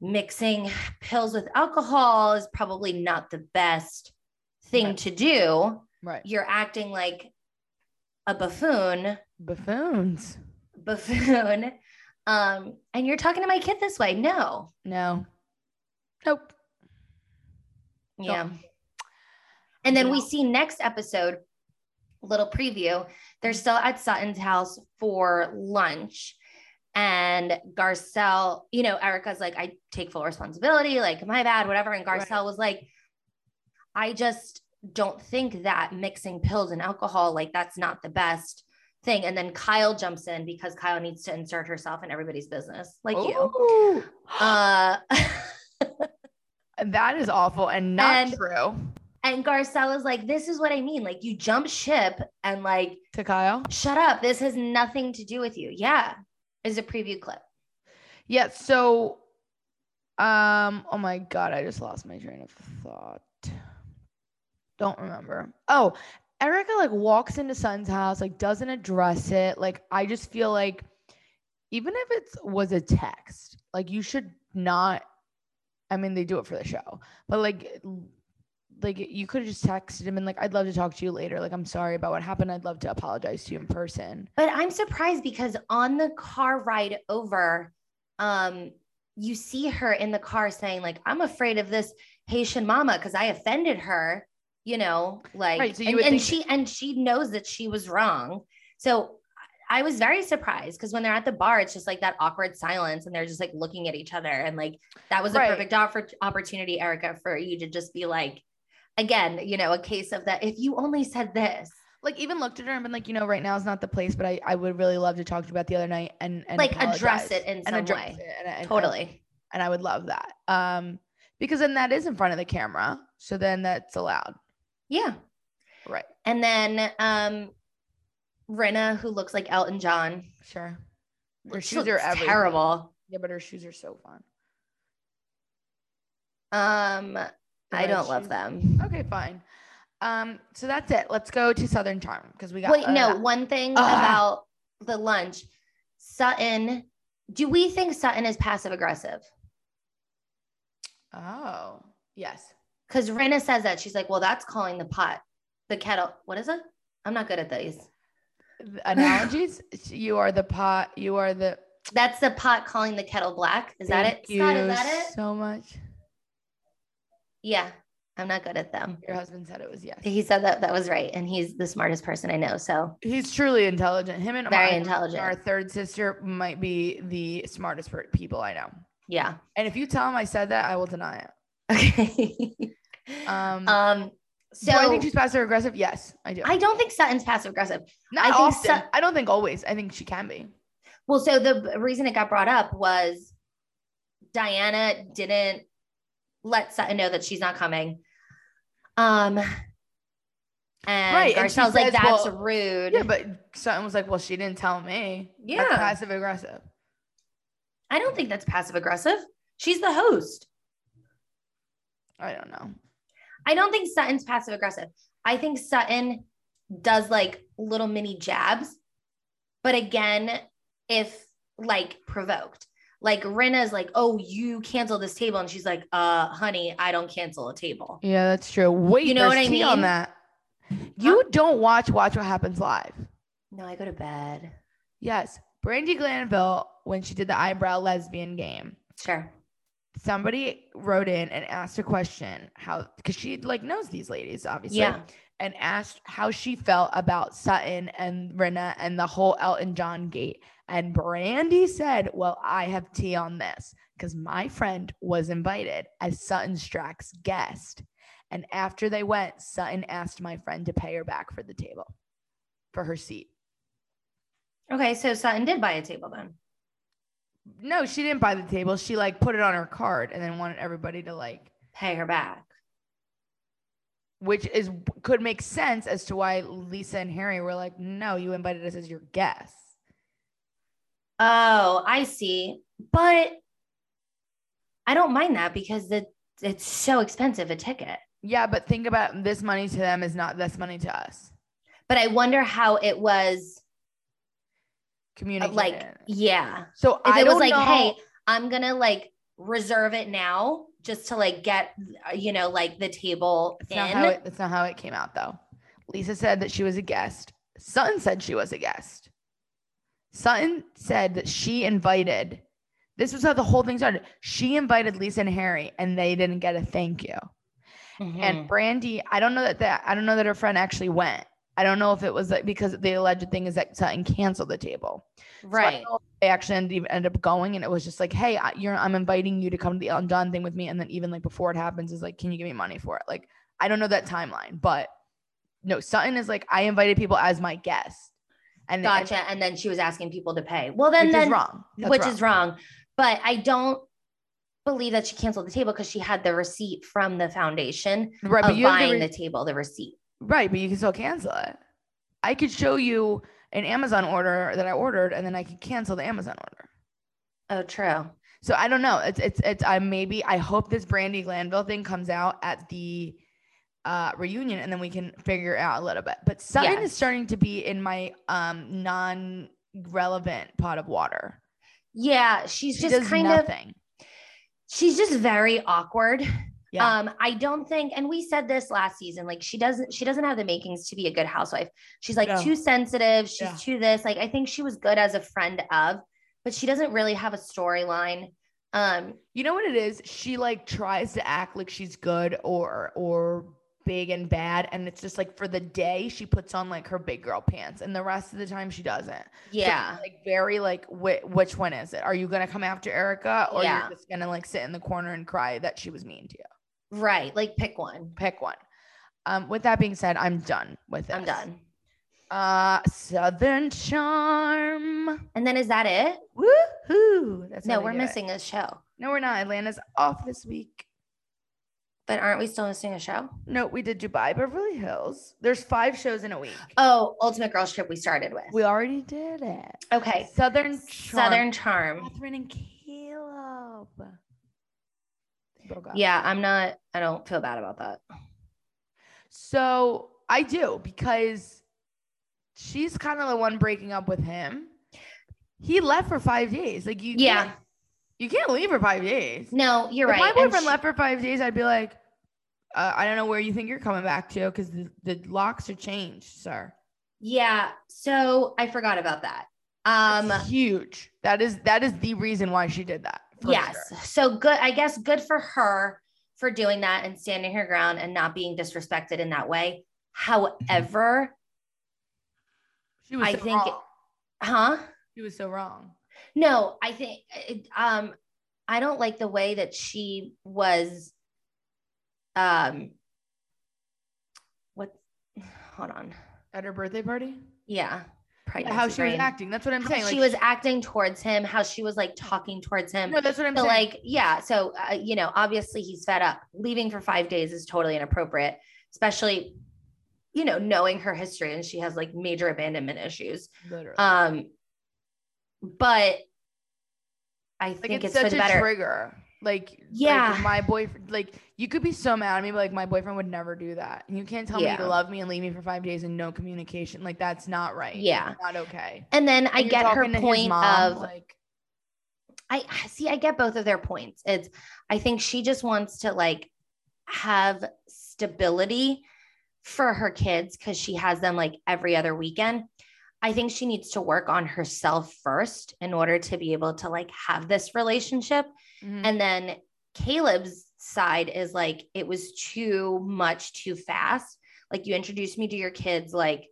Speaker 2: mixing pills with alcohol? Is probably not the best thing
Speaker 1: Right.
Speaker 2: to do.
Speaker 1: Right.
Speaker 2: You're acting like a buffoon."
Speaker 1: Buffoons.
Speaker 2: buffoon. Um, and you're talking to my kid this way. No.
Speaker 1: No. Nope.
Speaker 2: Yeah. And then we
Speaker 1: Oh. Yeah.
Speaker 2: see next episode little preview, they're
Speaker 1: Mm-hmm.
Speaker 2: still at Sutton's house for lunch. And Garcelle, you know, Erica's like, I take full responsibility, like my bad, whatever. And Garcelle
Speaker 1: Right.
Speaker 2: was like, I just don't think that mixing pills and alcohol, like that's not the best thing. And then Kyle jumps in because Kyle needs to insert herself in everybody's business, like
Speaker 1: Oh.
Speaker 2: you.
Speaker 1: Ooh.
Speaker 2: Uh, <laughs>
Speaker 1: Um, that is awful and not
Speaker 2: And-
Speaker 1: true
Speaker 2: and Garcelle is like, this is what I mean. Like you jump ship and like,
Speaker 1: to Kyle.
Speaker 2: shut up. This has nothing to do with you. Yeah. Is a preview clip.
Speaker 1: Yeah. So, um, oh my God, I just lost my train of thought. Don't remember. Oh, Erica like walks into Sun's house, like doesn't address it. Like, I just feel like even if it was a text, like you should not, I mean, they do it for the show, but like, l- like you could have just texted him and like, I'd love to talk to you later. Like, I'm sorry about what happened. I'd love to apologize to you in person.
Speaker 2: But I'm surprised because on the car ride over, um, you see her in the car saying, like, I'm afraid of this Haitian mama because I offended her, you know, like
Speaker 1: Right, so you
Speaker 2: and,
Speaker 1: would
Speaker 2: and
Speaker 1: think-
Speaker 2: she and she knows that she was wrong. So I was very surprised because when they're at the bar, it's just like that awkward silence and they're just like looking at each other. And like that was a
Speaker 1: Right.
Speaker 2: perfect offer- opportunity, Erica, for you to just be like, again, you know, a case of that. If you only said this,
Speaker 1: like even looked at her and been like, you know, right now is not the place, but I, I would really love to talk to you about the other night and, and
Speaker 2: Like, address
Speaker 1: apologize
Speaker 2: it in
Speaker 1: and
Speaker 2: some
Speaker 1: address
Speaker 2: way.
Speaker 1: it and- and-
Speaker 2: totally.
Speaker 1: and I would love that. Um, because then that is in front of the camera, so then that's allowed.
Speaker 2: Yeah.
Speaker 1: Right.
Speaker 2: And then um Rinna, who looks like Elton John.
Speaker 1: Sure. Her
Speaker 2: She
Speaker 1: shoes are
Speaker 2: looks
Speaker 1: everything.
Speaker 2: terrible.
Speaker 1: Yeah, but her shoes are so fun.
Speaker 2: Um,
Speaker 1: The
Speaker 2: I
Speaker 1: red
Speaker 2: don't love
Speaker 1: shoes.
Speaker 2: them.
Speaker 1: Okay, fine. Um, so that's it. Let's go to Southern Charm because we got.
Speaker 2: Wait,
Speaker 1: uh,
Speaker 2: no, one thing
Speaker 1: Ugh.
Speaker 2: about the lunch. Sutton, do we think Sutton is passive aggressive?
Speaker 1: Oh yes.
Speaker 2: Because Rinna says that. She's like, well, that's calling the pot, the kettle. What is it? I'm not good at these.
Speaker 1: The
Speaker 2: <laughs>
Speaker 1: Analogies. you are the pot. You are the.
Speaker 2: That's the pot calling the kettle black. Is that
Speaker 1: Thank
Speaker 2: it? Scott, is
Speaker 1: you
Speaker 2: that it?
Speaker 1: So much.
Speaker 2: Yeah. I'm not good at them.
Speaker 1: Your husband said it was yes.
Speaker 2: He said that that was right. And he's the smartest person I know. So
Speaker 1: He's truly intelligent. Him and
Speaker 2: Very
Speaker 1: my-
Speaker 2: intelligent.
Speaker 1: Our third sister might be the smartest per- people I know.
Speaker 2: Yeah. <laughs>
Speaker 1: And if you tell him I said that, I will deny it.
Speaker 2: Okay.
Speaker 1: Um,
Speaker 2: um.
Speaker 1: so I
Speaker 2: So
Speaker 1: think she's passive aggressive. Yes, I do.
Speaker 2: I don't think Sutton's passive aggressive.
Speaker 1: Not
Speaker 2: I think
Speaker 1: often.
Speaker 2: so-
Speaker 1: I don't think always. I think she can be.
Speaker 2: Well, so the b- reason it got brought up was Diana didn't let Sutton know that she's not coming. Um. And
Speaker 1: Right, and she
Speaker 2: Garcelle's like,
Speaker 1: says,
Speaker 2: "That's
Speaker 1: well,
Speaker 2: rude."
Speaker 1: Yeah, but Sutton was like, "Well, she didn't tell me." That's
Speaker 2: Yeah.
Speaker 1: passive aggressive.
Speaker 2: I don't think that's passive aggressive. She's the host.
Speaker 1: I don't know.
Speaker 2: I don't think Sutton's passive aggressive. I think Sutton does like little mini jabs, but again, if like provoked, like Rinna's like, oh, you cancel this table. And she's like, uh, honey, I don't cancel a table.
Speaker 1: Yeah, that's true. Wait,
Speaker 2: You know
Speaker 1: there's
Speaker 2: what I
Speaker 1: tea on
Speaker 2: mean? Uh,
Speaker 1: that. You don't watch Watch What Happens Live.
Speaker 2: No, I go to bed.
Speaker 1: Yes, Brandy Glanville when she did the eyebrow lesbian game.
Speaker 2: Sure.
Speaker 1: somebody wrote in and asked a question how because she like knows these ladies obviously
Speaker 2: Yeah.
Speaker 1: and asked how she felt about Sutton and Rinna and the whole Elton John gate and Brandy said well I have tea on this because my friend was invited as Sutton Strack's guest and after they went Sutton asked my friend to pay her back for the table for her seat
Speaker 2: Okay. So Sutton did buy a table then.
Speaker 1: no she didn't buy the table she like put it on her card and then wanted everybody to like
Speaker 2: Pay her back.
Speaker 1: which is could make sense as to why Lisa and Harry were like, "No, you invited us as your guests."
Speaker 2: Oh, I see. But I don't mind that because it, it's so expensive a ticket.
Speaker 1: Yeah, but think about this money to them is not this money to us.
Speaker 2: But I wonder how it was
Speaker 1: Communicate
Speaker 2: of, like yeah
Speaker 1: so.
Speaker 2: if
Speaker 1: I
Speaker 2: it was
Speaker 1: don't
Speaker 2: like
Speaker 1: know-
Speaker 2: hey i'm gonna like reserve it now just to like get uh, you know like the table
Speaker 1: that's
Speaker 2: in
Speaker 1: not, how it, that's not how it came out though. Lisa said that she was a guest. Sutton said she was a guest. Sutton said that she invited. This was how the whole thing started. She invited Lisa and Harry, and they didn't get a thank you.
Speaker 2: Mhm.
Speaker 1: mm-hmm, and brandy i don't know that that i don't know that her friend actually went I don't know if it was like, because the alleged thing is that Sutton canceled the table. So I don't
Speaker 2: Right.
Speaker 1: know if they actually ended, even ended up going, and it was just like, hey, I, you're, I'm inviting you to come to the Undone thing with me, and then even like before it happens, is like, can you give me money for it? Like, I don't know that timeline, but no, Sutton is like, I invited people as my guest, and and-
Speaker 2: Gotcha. And then she was asking people to pay. Well, then
Speaker 1: which
Speaker 2: then
Speaker 1: is wrong, That's
Speaker 2: which
Speaker 1: wrong.
Speaker 2: is wrong. But I don't believe that she canceled the table because she had the receipt from the foundation
Speaker 1: right,
Speaker 2: of
Speaker 1: but you have the
Speaker 2: buying
Speaker 1: re-
Speaker 2: the table, the receipt.
Speaker 1: Right, but you can still cancel it. I could show you an Amazon order that I ordered, and then I could cancel the Amazon order.
Speaker 2: Oh, true.
Speaker 1: So I don't know. It's it's it's I maybe I hope this Brandy Glanville thing comes out at the uh, reunion, and then we can figure it out a little bit. But Sutton is
Speaker 2: Yes.
Speaker 1: starting to be in my um non-relevant pot of water.
Speaker 2: Yeah, she's
Speaker 1: She
Speaker 2: just
Speaker 1: does
Speaker 2: kind of
Speaker 1: nothing.
Speaker 2: she's just very awkward.
Speaker 1: Yeah.
Speaker 2: Um, I don't think, and we said this last season, like she doesn't she doesn't have the makings to be a good housewife. She's like
Speaker 1: No.
Speaker 2: too sensitive, she's
Speaker 1: Yeah.
Speaker 2: too this. Like I think she was good as a friend of, but she doesn't really have a storyline. Um,
Speaker 1: You know what it is? She like tries to act like she's good or or big and bad, and it's just like for the day she puts on like her big girl pants, and the rest of the time she doesn't. So it's,
Speaker 2: yeah.
Speaker 1: like very like whi which one is it? Are you gonna come after Erica or
Speaker 2: Yeah.
Speaker 1: you're just gonna like sit in the corner and cry that she was mean to you?
Speaker 2: Right. Like pick one.
Speaker 1: Pick one. Um, with that being said, I'm done with this.
Speaker 2: I'm done.
Speaker 1: Uh, Southern Charm.
Speaker 2: And then is that it?
Speaker 1: Woohoo! That's how
Speaker 2: no,
Speaker 1: they
Speaker 2: we're
Speaker 1: do it.
Speaker 2: missing a show.
Speaker 1: No, we're not. Atlanta's off this week.
Speaker 2: But aren't we still missing a show?
Speaker 1: No, we did Dubai, Beverly Hills. There's five shows in a week.
Speaker 2: Oh, Ultimate Girls Trip we started with.
Speaker 1: we already did it.
Speaker 2: okay.
Speaker 1: Southern Charm.
Speaker 2: Southern Charm.
Speaker 1: Catherine and Caleb. Little guy.
Speaker 2: Yeah, I'm not I don't feel bad about that.
Speaker 1: So I do because she's kind of the one breaking up with him. He left for five days. Like you.
Speaker 2: Yeah.
Speaker 1: can't- you can't leave for five days.
Speaker 2: No, you're
Speaker 1: if
Speaker 2: right.
Speaker 1: my
Speaker 2: and
Speaker 1: boyfriend
Speaker 2: she-
Speaker 1: left for five days, I'd be like, uh, I don't know where you think you're coming back to because the, the locks are changed, sir.
Speaker 2: Yeah. So I forgot about that. Um
Speaker 1: That's huge. That is that is the reason why she did that. for
Speaker 2: yes.
Speaker 1: sure.
Speaker 2: So good, I guess good for her for doing that and standing her ground and not being disrespected in that way. However,
Speaker 1: She was
Speaker 2: I
Speaker 1: so
Speaker 2: think-
Speaker 1: wrong.
Speaker 2: huh?
Speaker 1: she was so wrong.
Speaker 2: No, I think it- um I don't like the way that she was um what hold on.
Speaker 1: At her birthday party?
Speaker 2: Yeah. Pregnancy
Speaker 1: How she was
Speaker 2: brain.
Speaker 1: acting. That's what I'm
Speaker 2: How
Speaker 1: saying.
Speaker 2: she
Speaker 1: like,
Speaker 2: was acting towards him, how she was like talking towards him.
Speaker 1: No, that's what I'm
Speaker 2: So
Speaker 1: saying.
Speaker 2: like, yeah. So uh, you know, obviously he's fed up. Leaving for five days is totally inappropriate, especially, you know, knowing her history and she has like major abandonment issues.
Speaker 1: Literally.
Speaker 2: Um, but I
Speaker 1: like
Speaker 2: think
Speaker 1: it's,
Speaker 2: it's, for
Speaker 1: such
Speaker 2: the
Speaker 1: a
Speaker 2: better.
Speaker 1: trigger. Like, like,
Speaker 2: Yeah.
Speaker 1: my boyfriend. Like, you could be so mad at me, but like, my boyfriend would never do that. And you can't tell me
Speaker 2: Yeah.
Speaker 1: you love me and leave me for five days and no communication. Like, that's not right.
Speaker 2: Yeah.
Speaker 1: Not okay.
Speaker 2: and then
Speaker 1: And
Speaker 2: I
Speaker 1: you're
Speaker 2: get her
Speaker 1: talking to his
Speaker 2: point
Speaker 1: mom,
Speaker 2: of
Speaker 1: like,
Speaker 2: I see, I get both of their points. It's, I think she just wants to like have stability for her kids because she has them like every other weekend. I think she needs to work on herself first in order to be able to like have this relationship.
Speaker 1: mhm.
Speaker 2: And then Caleb's side is like, it was too much too fast. Like, you introduced me to your kids like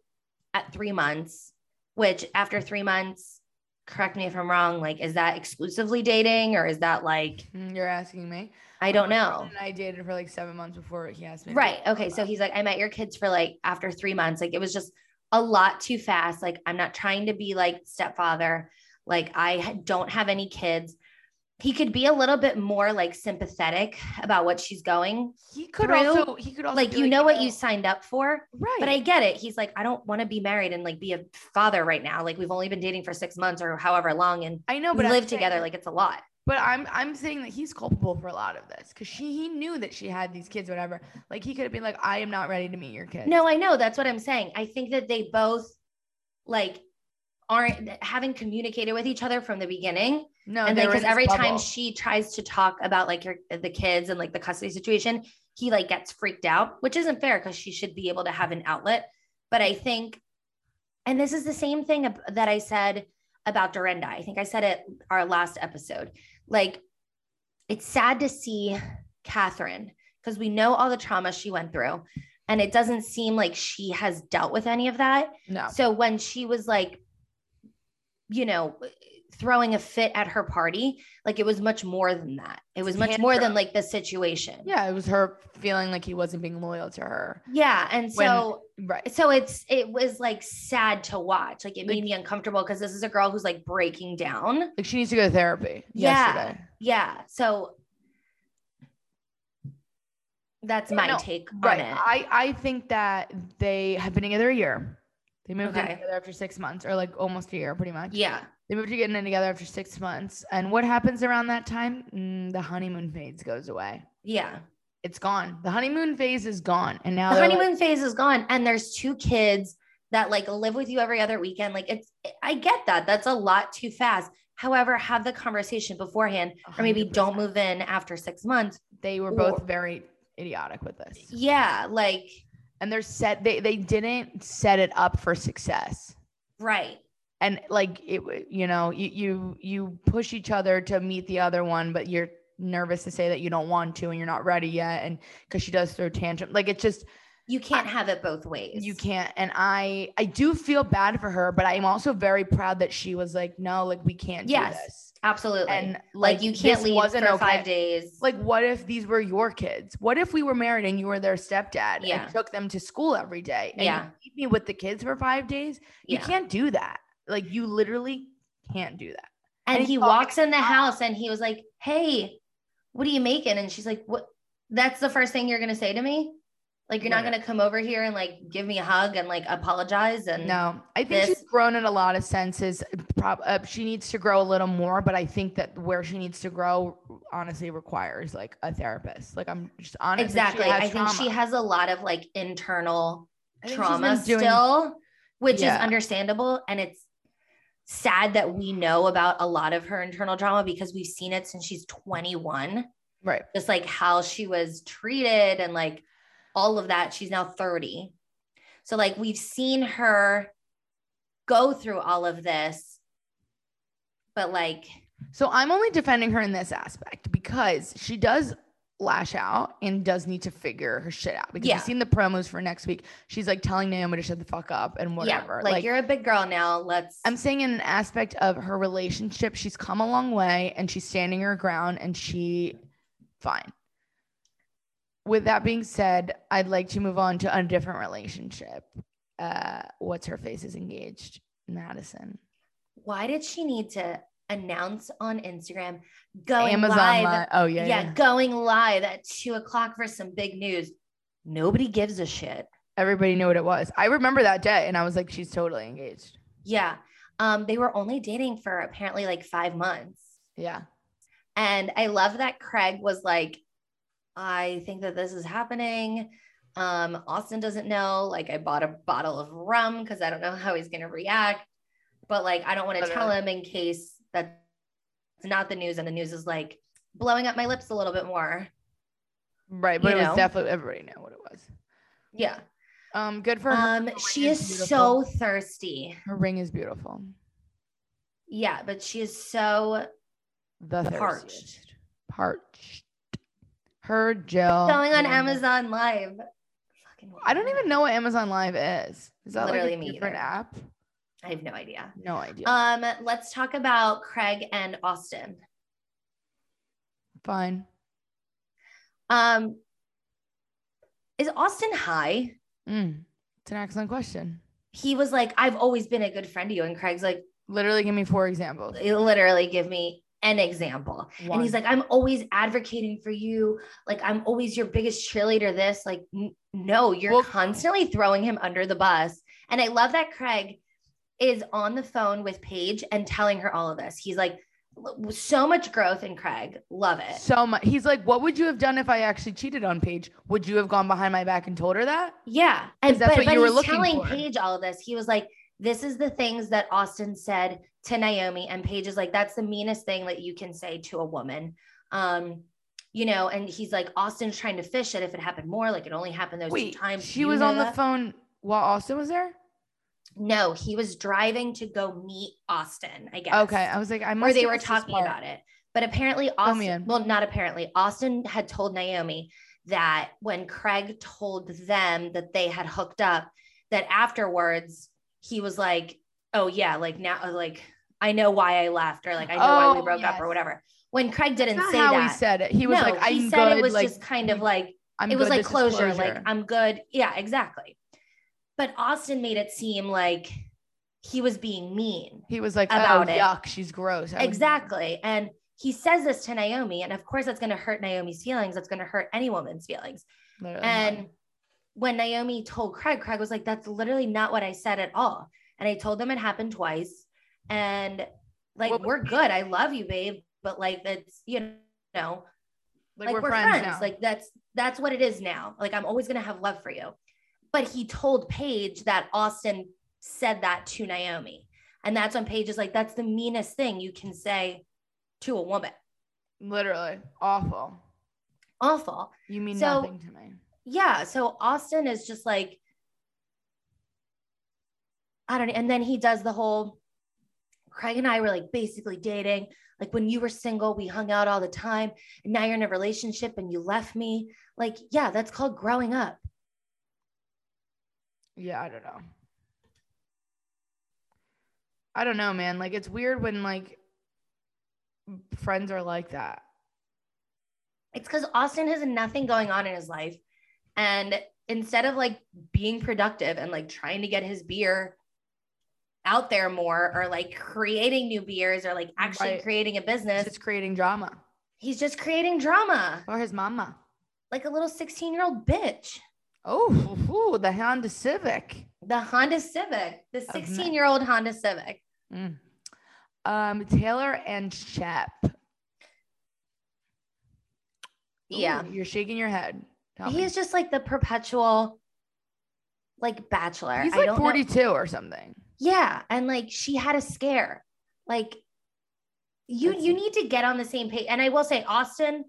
Speaker 2: at three months, which after three months, correct me if I'm wrong, like, is that exclusively dating or is that like,
Speaker 1: Mm, you're asking me.
Speaker 2: I don't
Speaker 1: My
Speaker 2: know.
Speaker 1: boyfriend And I dated for like seven months before he asked me. to be
Speaker 2: Oh. Right. Okay. So he's like, I met your kids for like after three months. Like, it was just a lot too fast. Like, I'm not trying to be like stepfather. Like, I ha- don't have any kids. He could be a little bit more like sympathetic about what she's going
Speaker 1: He could
Speaker 2: through,
Speaker 1: also he could also
Speaker 2: like
Speaker 1: be
Speaker 2: you know what you signed up for
Speaker 1: right.
Speaker 2: but i get it he's like i don't want to be married and like be a father right now like we've only been dating for six months or however long and
Speaker 1: I know,
Speaker 2: we
Speaker 1: but I'm
Speaker 2: live
Speaker 1: saying-
Speaker 2: together like it's a lot
Speaker 1: But I'm I'm saying that he's culpable for a lot of this because she he knew that she had these kids, whatever. Like he could have been like, I am not ready to meet your kids.
Speaker 2: no i know that's what i'm saying i think that they both like aren't haven't communicated with each other from the beginning
Speaker 1: no,
Speaker 2: and
Speaker 1: they
Speaker 2: then
Speaker 1: were in
Speaker 2: because
Speaker 1: this
Speaker 2: every time
Speaker 1: bubble.
Speaker 2: she tries to talk about like her, the kids and like the custody situation he like gets freaked out which isn't fair because she should be able to have an outlet but i think and this is the same thing ab- that i said about dorinda i think i said it our last episode like it's sad to see catherine because we know all the trauma she went through And it doesn't seem like she has dealt with any of that.
Speaker 1: No.
Speaker 2: So when she was like, you know, throwing a fit at her party, like it was much more than that. It was much more than like the situation.
Speaker 1: Yeah, it was her feeling like he wasn't being loyal to her.
Speaker 2: Yeah.
Speaker 1: When-
Speaker 2: And so
Speaker 1: Right.
Speaker 2: so it's it was like sad to watch. Like it made me uncomfortable because this is a girl who's like breaking down.
Speaker 1: Like she needs to go to therapy.
Speaker 2: Yeah.
Speaker 1: Yesterday.
Speaker 2: Yeah. So that's
Speaker 1: Yeah,
Speaker 2: my
Speaker 1: no,
Speaker 2: take
Speaker 1: Right.
Speaker 2: on it.
Speaker 1: I, I think that they have been together a year. They moved in
Speaker 2: Okay.
Speaker 1: together after six months or like almost a year, pretty much.
Speaker 2: yeah.
Speaker 1: They moved together together after six months. And what happens around that time? Mm, the honeymoon phase goes away.
Speaker 2: Yeah.
Speaker 1: It's gone. The honeymoon phase is gone. And now
Speaker 2: The
Speaker 1: they're like-
Speaker 2: honeymoon phase is gone and there's two kids that like live with you every other weekend. Like it's I get that. That's a lot too fast. However, have the conversation beforehand or maybe do not
Speaker 1: 100%.
Speaker 2: move in after 6 months.
Speaker 1: They were
Speaker 2: or-
Speaker 1: both very idiotic with this.
Speaker 2: Yeah, like
Speaker 1: And they're set they they didn't set it up for success.
Speaker 2: right.
Speaker 1: And like it w- you know, you you you push each other to meet the other one, but you're nervous to say that you don't want to and you're not ready yet and cuz she does throw tantrum. Like it's just
Speaker 2: You can't have it both ways.
Speaker 1: you can't and i i do feel bad for her but i'm also very proud that she was like no like we can't
Speaker 2: Yes,
Speaker 1: do this
Speaker 2: Absolutely.
Speaker 1: and
Speaker 2: like, you can't
Speaker 1: this
Speaker 2: leave
Speaker 1: wasn't
Speaker 2: for
Speaker 1: okay.
Speaker 2: five days.
Speaker 1: like what if these were your kids what if we were married and you were their stepdad
Speaker 2: Yeah.
Speaker 1: and took them to school every day and
Speaker 2: Yeah.
Speaker 1: you leave me with the kids for five days
Speaker 2: yeah.
Speaker 1: you can't do that like you literally can't do that
Speaker 2: and,
Speaker 1: and
Speaker 2: he
Speaker 1: he thought,
Speaker 2: walks in the house and he was like, "Hey, what are you making?" And she's like, "What? That's the first thing you're gonna say to me? Like you're not
Speaker 1: Right.
Speaker 2: gonna come over here and like give me a hug and like apologize and
Speaker 1: no i think
Speaker 2: Mm-hmm. this-
Speaker 1: she's grown in a lot of senses Prob- uh, she needs to grow a little more but i think that where she needs to grow honestly requires like a therapist like i'm just honest like, she
Speaker 2: exactly.
Speaker 1: has
Speaker 2: I think she
Speaker 1: trauma.
Speaker 2: has a lot of like internal
Speaker 1: I think she's
Speaker 2: trauma
Speaker 1: been doing-
Speaker 2: still, which
Speaker 1: Yeah.
Speaker 2: is understandable and it's sad that we know about a lot of her internal trauma because we've seen it since she's 21
Speaker 1: right
Speaker 2: just like how she was treated and like all of that. She's now 30. So, like, we've seen her go through all of this, but like,
Speaker 1: So I'm only defending her in this aspect because she does lash out and does need to figure her shit out. Because
Speaker 2: Yeah.
Speaker 1: you've seen the promos for next week. She's like telling Naomi to shut the fuck up and whatever.
Speaker 2: yeah, like, you're a big girl now. Let's,
Speaker 1: I'm saying in an aspect of her relationship, she's come a long way and she's standing her ground and she fine. With that being said, I'd like to move on to a different relationship. Uh, what's her face is engaged, Madison.
Speaker 2: why did she need to announce on Instagram going
Speaker 1: Amazon
Speaker 2: live?
Speaker 1: Li- Oh
Speaker 2: Yeah,
Speaker 1: yeah, yeah.
Speaker 2: going live at two o'clock for some big news. Nobody gives a shit.
Speaker 1: everybody knew what it was. I remember that day and I was like, she's totally engaged.
Speaker 2: Yeah. Um, they were only dating for apparently like five months.
Speaker 1: Yeah.
Speaker 2: And I love that Craig was like, I think that this is happening. Um, Austin doesn't know. Like, I bought a bottle of rum because I don't know how he's going to react. But like, I don't want to tell
Speaker 1: Literally.
Speaker 2: him in case that's not the news. And the news is like blowing up my lips a little bit more.
Speaker 1: Right. But
Speaker 2: You
Speaker 1: it was
Speaker 2: know?
Speaker 1: definitely everybody knew what it was.
Speaker 2: Yeah.
Speaker 1: Um, good for her.
Speaker 2: Um, she
Speaker 1: is
Speaker 2: is so
Speaker 1: beautiful.
Speaker 2: thirsty.
Speaker 1: Her ring is beautiful.
Speaker 2: Yeah. But she is so
Speaker 1: The
Speaker 2: Parched.
Speaker 1: thirstiest. Parched. Her Jill.
Speaker 2: going on
Speaker 1: Amazon.
Speaker 2: Amazon Live. Fucking
Speaker 1: Oh, I don't even know what Amazon Live is. Is that
Speaker 2: Literally
Speaker 1: like
Speaker 2: me
Speaker 1: a different
Speaker 2: either.
Speaker 1: app?
Speaker 2: I have no idea.
Speaker 1: No idea.
Speaker 2: Um, let's talk about Craig and Austin.
Speaker 1: Fine.
Speaker 2: Um, is Austin high?
Speaker 1: Mm. It's an excellent question.
Speaker 2: He was like, I've always been a good friend to you. And Craig's like,
Speaker 1: Literally, give me four examples.
Speaker 2: literally give me an example. And
Speaker 1: One.
Speaker 2: he's like, I'm always advocating for you. Like, I'm always your biggest cheerleader. This, like, n- no, you're
Speaker 1: Well-
Speaker 2: constantly throwing him under the bus. And I love that Craig is on the phone with Paige and telling her all of this. He's like, "L- so much growth in Craig. Love it.
Speaker 1: so much. He's like, what would you have done if I actually cheated on Paige? Would you have gone behind my back and told her that?
Speaker 2: Yeah. And
Speaker 1: 'Cause that's
Speaker 2: but,
Speaker 1: what
Speaker 2: but
Speaker 1: you were
Speaker 2: he's
Speaker 1: looking
Speaker 2: telling
Speaker 1: for.
Speaker 2: Paige all of this. He was like, This is the things that Austin said to Naomi. And Paige is like, That's the meanest thing that you can say to a woman. Um, you know, and he's like, Austin's trying to fish it if it happened more, like it only happened those
Speaker 1: Wait,
Speaker 2: two times.
Speaker 1: she
Speaker 2: You
Speaker 1: was
Speaker 2: know
Speaker 1: on the
Speaker 2: that?
Speaker 1: phone while Austin was there.
Speaker 2: No, he was driving to go meet Austin, I guess.
Speaker 1: Okay, I was Oh, like, I must.
Speaker 2: Or they
Speaker 1: have
Speaker 2: were
Speaker 1: missed this
Speaker 2: talking
Speaker 1: part.
Speaker 2: about it. But apparently
Speaker 1: me
Speaker 2: Austin,
Speaker 1: in.
Speaker 2: well, not apparently, Austin had told Naomi that when Craig told them that they had hooked up, that afterwards he was like, oh, yeah, like now, like I know why I left or like I know why we
Speaker 1: Oh,
Speaker 2: broke up or
Speaker 1: yes.
Speaker 2: whatever. When Craig didn't
Speaker 1: That's
Speaker 2: say
Speaker 1: how
Speaker 2: that.
Speaker 1: he said it. He was
Speaker 2: no,
Speaker 1: like, I'm
Speaker 2: he said
Speaker 1: good.
Speaker 2: it was
Speaker 1: like,
Speaker 2: just kind of like
Speaker 1: I'm
Speaker 2: it was
Speaker 1: good,
Speaker 2: like
Speaker 1: this is
Speaker 2: closure, like I'm good. Yeah, exactly. But Austin made it seem like he was being mean.
Speaker 1: he was like,
Speaker 2: about
Speaker 1: oh,
Speaker 2: it.
Speaker 1: yuck, she's gross. I would never-
Speaker 2: Exactly. And he says this to Naomi, and of course that's going to hurt Naomi's feelings. That's going to hurt any woman's feelings.
Speaker 1: literally, I'm
Speaker 2: And when Naomi told Craig, Craig was like, "That's literally not what I said at all." And I told them it happened twice, and like
Speaker 1: What was-
Speaker 2: we're good. I love you, babe, but like that's you know
Speaker 1: like, we're, friends. now.
Speaker 2: like that's that's what it is now. Like I'm always gonna have love for you. But he told Paige that Austin said that to Naomi. And that's when Paige is like, that's the meanest thing you can say to a woman.
Speaker 1: literally awful.
Speaker 2: Awful.
Speaker 1: You mean
Speaker 2: So-
Speaker 1: nothing to me.
Speaker 2: Yeah. So Austin is just like, I don't know. And then he does the whole Craig and I were like basically dating. Like when you were single, we hung out all the time. And now you're in a relationship and you left me. Like, yeah, that's called growing up.
Speaker 1: Yeah, I don't know. I don't know, man. Like it's weird when like friends are like that.
Speaker 2: It's because Austin has nothing going on in his life. And instead of like being productive and like trying to get his beer out there more or like creating new beers or like actually
Speaker 1: Right.
Speaker 2: creating a
Speaker 1: It's
Speaker 2: business,
Speaker 1: just creating drama
Speaker 2: he's just creating drama
Speaker 1: for his mama.
Speaker 2: like a little 16 year old bitch.
Speaker 1: Oh, ooh, the Honda Civic.
Speaker 2: The Honda Civic, the
Speaker 1: Of me.
Speaker 2: 16 year old Honda Civic.
Speaker 1: Mm. Um, Taylor and Shep. Ooh,
Speaker 2: Yeah.
Speaker 1: you're shaking your head. Tell
Speaker 2: He
Speaker 1: me.
Speaker 2: is just like the perpetual like bachelor.
Speaker 1: He's
Speaker 2: I
Speaker 1: like
Speaker 2: don't know-
Speaker 1: 42 or something.
Speaker 2: Yeah, and like she had a scare. Like you
Speaker 1: That's
Speaker 2: you
Speaker 1: it.
Speaker 2: need to get on the same page. And I will say Austin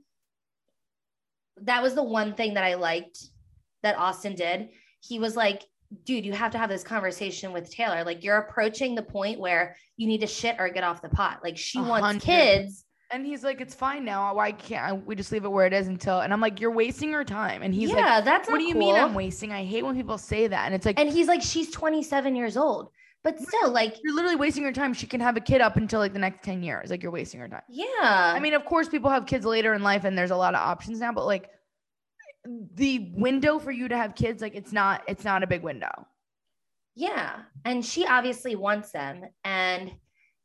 Speaker 2: that was the one thing that I liked that Austin did. He was like, "Dude, you have to have this conversation with Taylor. Like you're approaching the point where you need to shit or get off the pot. Like she
Speaker 1: A
Speaker 2: wants
Speaker 1: hundred.
Speaker 2: kids."
Speaker 1: And he's like, it's fine now. Why can't I, we just leave it where it is until? And I'm like, you're wasting her time. And he's
Speaker 2: yeah,
Speaker 1: like,
Speaker 2: that's
Speaker 1: what
Speaker 2: not
Speaker 1: do you mean I'm
Speaker 2: cool."
Speaker 1: wasting? I hate when people say that. And it's like,
Speaker 2: And he's like, "She's 27 years old." But still like,
Speaker 1: you're literally wasting your time. She can have a kid up until like the next 10 years. Like you're wasting her time.
Speaker 2: yeah.
Speaker 1: I mean, of course, people have kids later in life and there's a lot of options now, but like the window for you to have kids, like it's not, it's not a big window.
Speaker 2: Yeah. And she obviously wants them. And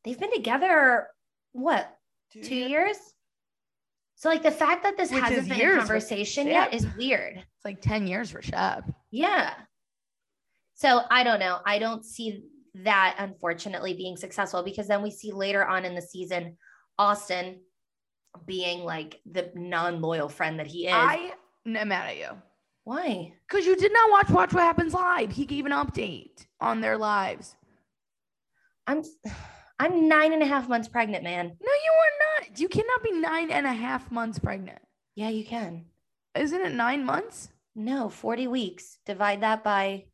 Speaker 2: they've been together, what, two years? So, like, the fact that this
Speaker 1: Which
Speaker 2: hasn't
Speaker 1: is
Speaker 2: been a
Speaker 1: years with
Speaker 2: conversation
Speaker 1: Shep.
Speaker 2: yet is weird.
Speaker 1: It's like 10 years for Shep.
Speaker 2: Yeah. So, I don't know. I don't see that, unfortunately, being successful because then we see later on in the season Austin being like the non loyal friend that he is.
Speaker 1: I am mad at you
Speaker 2: Why?
Speaker 1: because you did not watch Watch What Happens Live. He gave an update on their lives.
Speaker 2: I'm. <sighs> I'm nine and a half months pregnant, man.
Speaker 1: No, you are not. You cannot be nine and a half months pregnant.
Speaker 2: Yeah, you can.
Speaker 1: Isn't it nine months?
Speaker 2: No, 40 weeks. Divide that by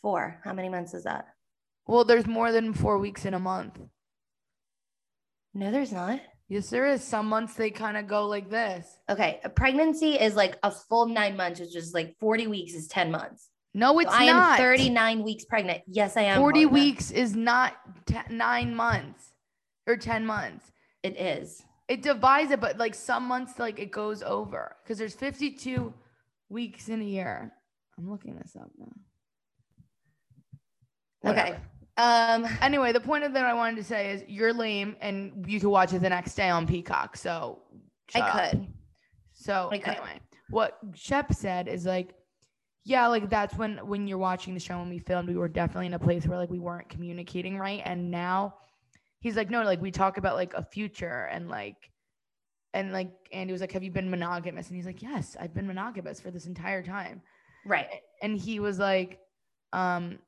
Speaker 2: four. How many months is that?
Speaker 1: Well, there's more than four weeks in a month.
Speaker 2: No, there's not.
Speaker 1: Yes, there is. Some months they kind of go like this.
Speaker 2: Okay. A pregnancy is like a full nine months, which is like 40 weeks is 10 months.
Speaker 1: No,
Speaker 2: So
Speaker 1: it's
Speaker 2: I
Speaker 1: not.
Speaker 2: am 39 weeks pregnant. Yes, I am.
Speaker 1: 40
Speaker 2: Helena.
Speaker 1: weeks is not te- nine months or 10 months.
Speaker 2: It is.
Speaker 1: It divides it, but like some months, like it goes over because there's 52 weeks in a year. I'm looking this up now.
Speaker 2: Okay. Um,
Speaker 1: Anyway, the point of that I wanted to say is you're lame and you can watch it the next day on Peacock. So shut up.
Speaker 2: I could.
Speaker 1: So
Speaker 2: I could.
Speaker 1: anyway, what Shep said is like, yeah, like that's when when you're watching the show when we filmed, we were definitely in a place where like we weren't communicating right, and now he's like, no, like we talk about like a future and like. And like Andy was like, "Have you been monogamous?" And he's like, "Yes, I've been monogamous for this entire time."
Speaker 2: Right.
Speaker 1: And he was like, um,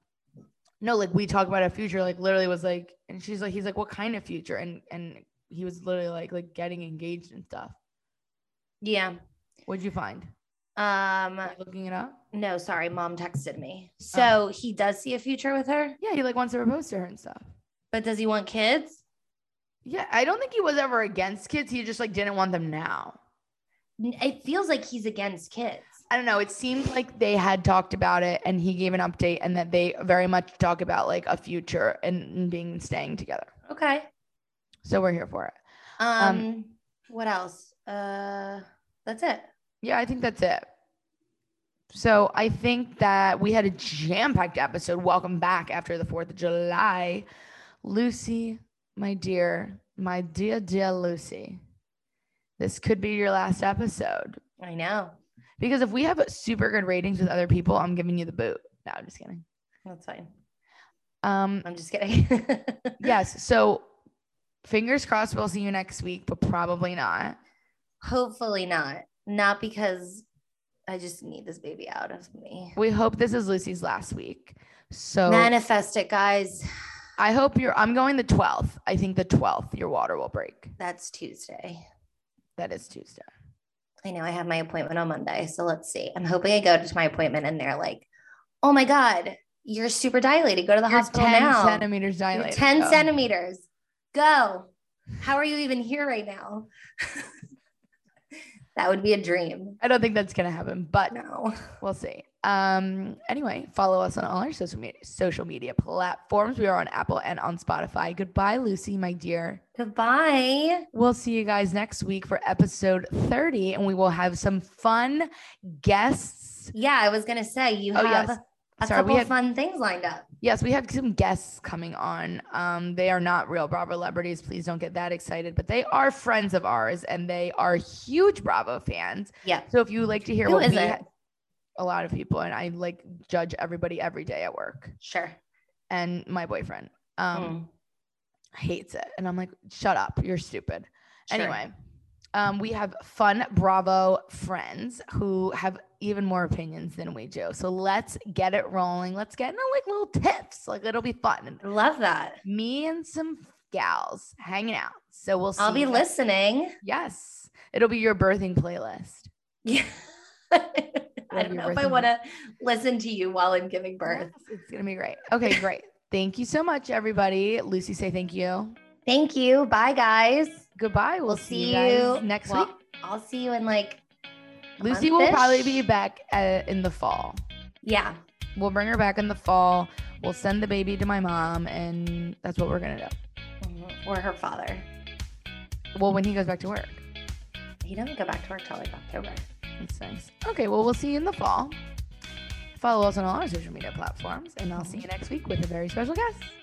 Speaker 1: "No, like we talk about a future. Like literally was like." And she's like, "He's like, what kind of future?" And and he was literally like, like getting engaged and stuff.
Speaker 2: Yeah.
Speaker 1: What'd you find?
Speaker 2: Um,
Speaker 1: Are you looking it up?
Speaker 2: no, sorry. Mom texted me.
Speaker 1: Oh.
Speaker 2: So he does see a future with her,
Speaker 1: Yeah, he like wants to propose to her and stuff.
Speaker 2: but does he want kids?
Speaker 1: Yeah, I don't think he was ever against kids. He just like didn't want them now.
Speaker 2: it feels like he's against kids.
Speaker 1: I don't know. It seemed like they had talked about it and he gave an update and that they very much talk about like a future and, and being staying together.
Speaker 2: Okay.
Speaker 1: So we're here for it.
Speaker 2: Um,
Speaker 1: Um,
Speaker 2: what else? Uh that's it.
Speaker 1: Yeah, I think that's it. So I think that we had a jam packed episode. Welcome back after the 4th of July. Lucy, my dear, my dear, dear Lucy, this could be your last episode.
Speaker 2: I know.
Speaker 1: Because if we have super good ratings with other people, I'm giving you the boot. No, I'm just kidding.
Speaker 2: That's fine.
Speaker 1: Um,
Speaker 2: I'm just kidding. <laughs>
Speaker 1: yes. So fingers crossed we'll see you next week, but probably not.
Speaker 2: Hopefully not. Not because I just need this baby out of me.
Speaker 1: We hope this is Lucy's last week. So
Speaker 2: Manifest it, guys.
Speaker 1: I hope you're. I'm going the 12th. I think the 12th, your water will break.
Speaker 2: That's Tuesday.
Speaker 1: That is Tuesday.
Speaker 2: I know I have my appointment on Monday. So let's see. I'm hoping I go to my appointment and they're like, oh my God, you're super dilated. Go to the
Speaker 1: You're
Speaker 2: hospital
Speaker 1: 10
Speaker 2: now.
Speaker 1: centimeters
Speaker 2: You're
Speaker 1: dilated.
Speaker 2: 10
Speaker 1: so-
Speaker 2: centimeters. Go. How are you even here right now? <laughs> that would be a dream.
Speaker 1: I don't think that's gonna happen, but
Speaker 2: No.
Speaker 1: we'll see. Um. Anyway, follow us on all our social media social media platforms. We are on Apple and on Spotify. Goodbye, Lucy, my dear.
Speaker 2: Goodbye.
Speaker 1: We'll see you guys next week for episode 30, and we will have some fun guests.
Speaker 2: Yeah, I was gonna say you
Speaker 1: Oh,
Speaker 2: have
Speaker 1: yes.
Speaker 2: a
Speaker 1: Sorry, we
Speaker 2: couple
Speaker 1: had-
Speaker 2: fun things lined up.
Speaker 1: Yes, we have some guests coming on. Um, they are not real Bravo celebrities. Please don't get that excited, but they are friends of ours and they are huge Bravo fans.
Speaker 2: Yeah.
Speaker 1: So if you like to hear
Speaker 2: Who
Speaker 1: what
Speaker 2: is
Speaker 1: we
Speaker 2: it?
Speaker 1: a lot of people and I like judge everybody every day at work
Speaker 2: Sure.
Speaker 1: and my boyfriend um
Speaker 2: Mm,
Speaker 1: hates it and I'm like shut up, you're stupid.
Speaker 2: sure.
Speaker 1: Anyway, um, we have fun Bravo friends who have even more opinions than we do. So let's get it rolling. Let's get into like little tips. Like it'll be fun.
Speaker 2: I Mm. love that.
Speaker 1: Me and some gals hanging out. So we'll see.
Speaker 2: I'll be
Speaker 1: you guys-
Speaker 2: listening. <laughs>
Speaker 1: Yes, it'll be your birthing playlist.
Speaker 2: Yeah. I don't know if I want to listen to you while I'm giving birth.
Speaker 1: Yes, it's gonna be great. Okay,
Speaker 2: <laughs>
Speaker 1: great. Thank you so much, everybody. Lucy, say thank you.
Speaker 2: Thank you. Bye, guys.
Speaker 1: Goodbye. We'll,
Speaker 2: We'll
Speaker 1: see,
Speaker 2: see
Speaker 1: you guys
Speaker 2: you-
Speaker 1: next
Speaker 2: well,
Speaker 1: week.
Speaker 2: I'll see you in like,
Speaker 1: Lucy will probably be
Speaker 2: month-ish.
Speaker 1: back uh, in the fall.
Speaker 2: yeah.
Speaker 1: We'll bring her back in the fall. We'll send the baby to my mom, and that's what we're gonna do.
Speaker 2: Mhm. Or her father.
Speaker 1: Well, when he goes back to work,
Speaker 2: He doesn't go back to work till like October.
Speaker 1: that's nice. Okay, well, we'll see you in the fall. Follow us on all our social media platforms, and I'll see you next week with a very special guest.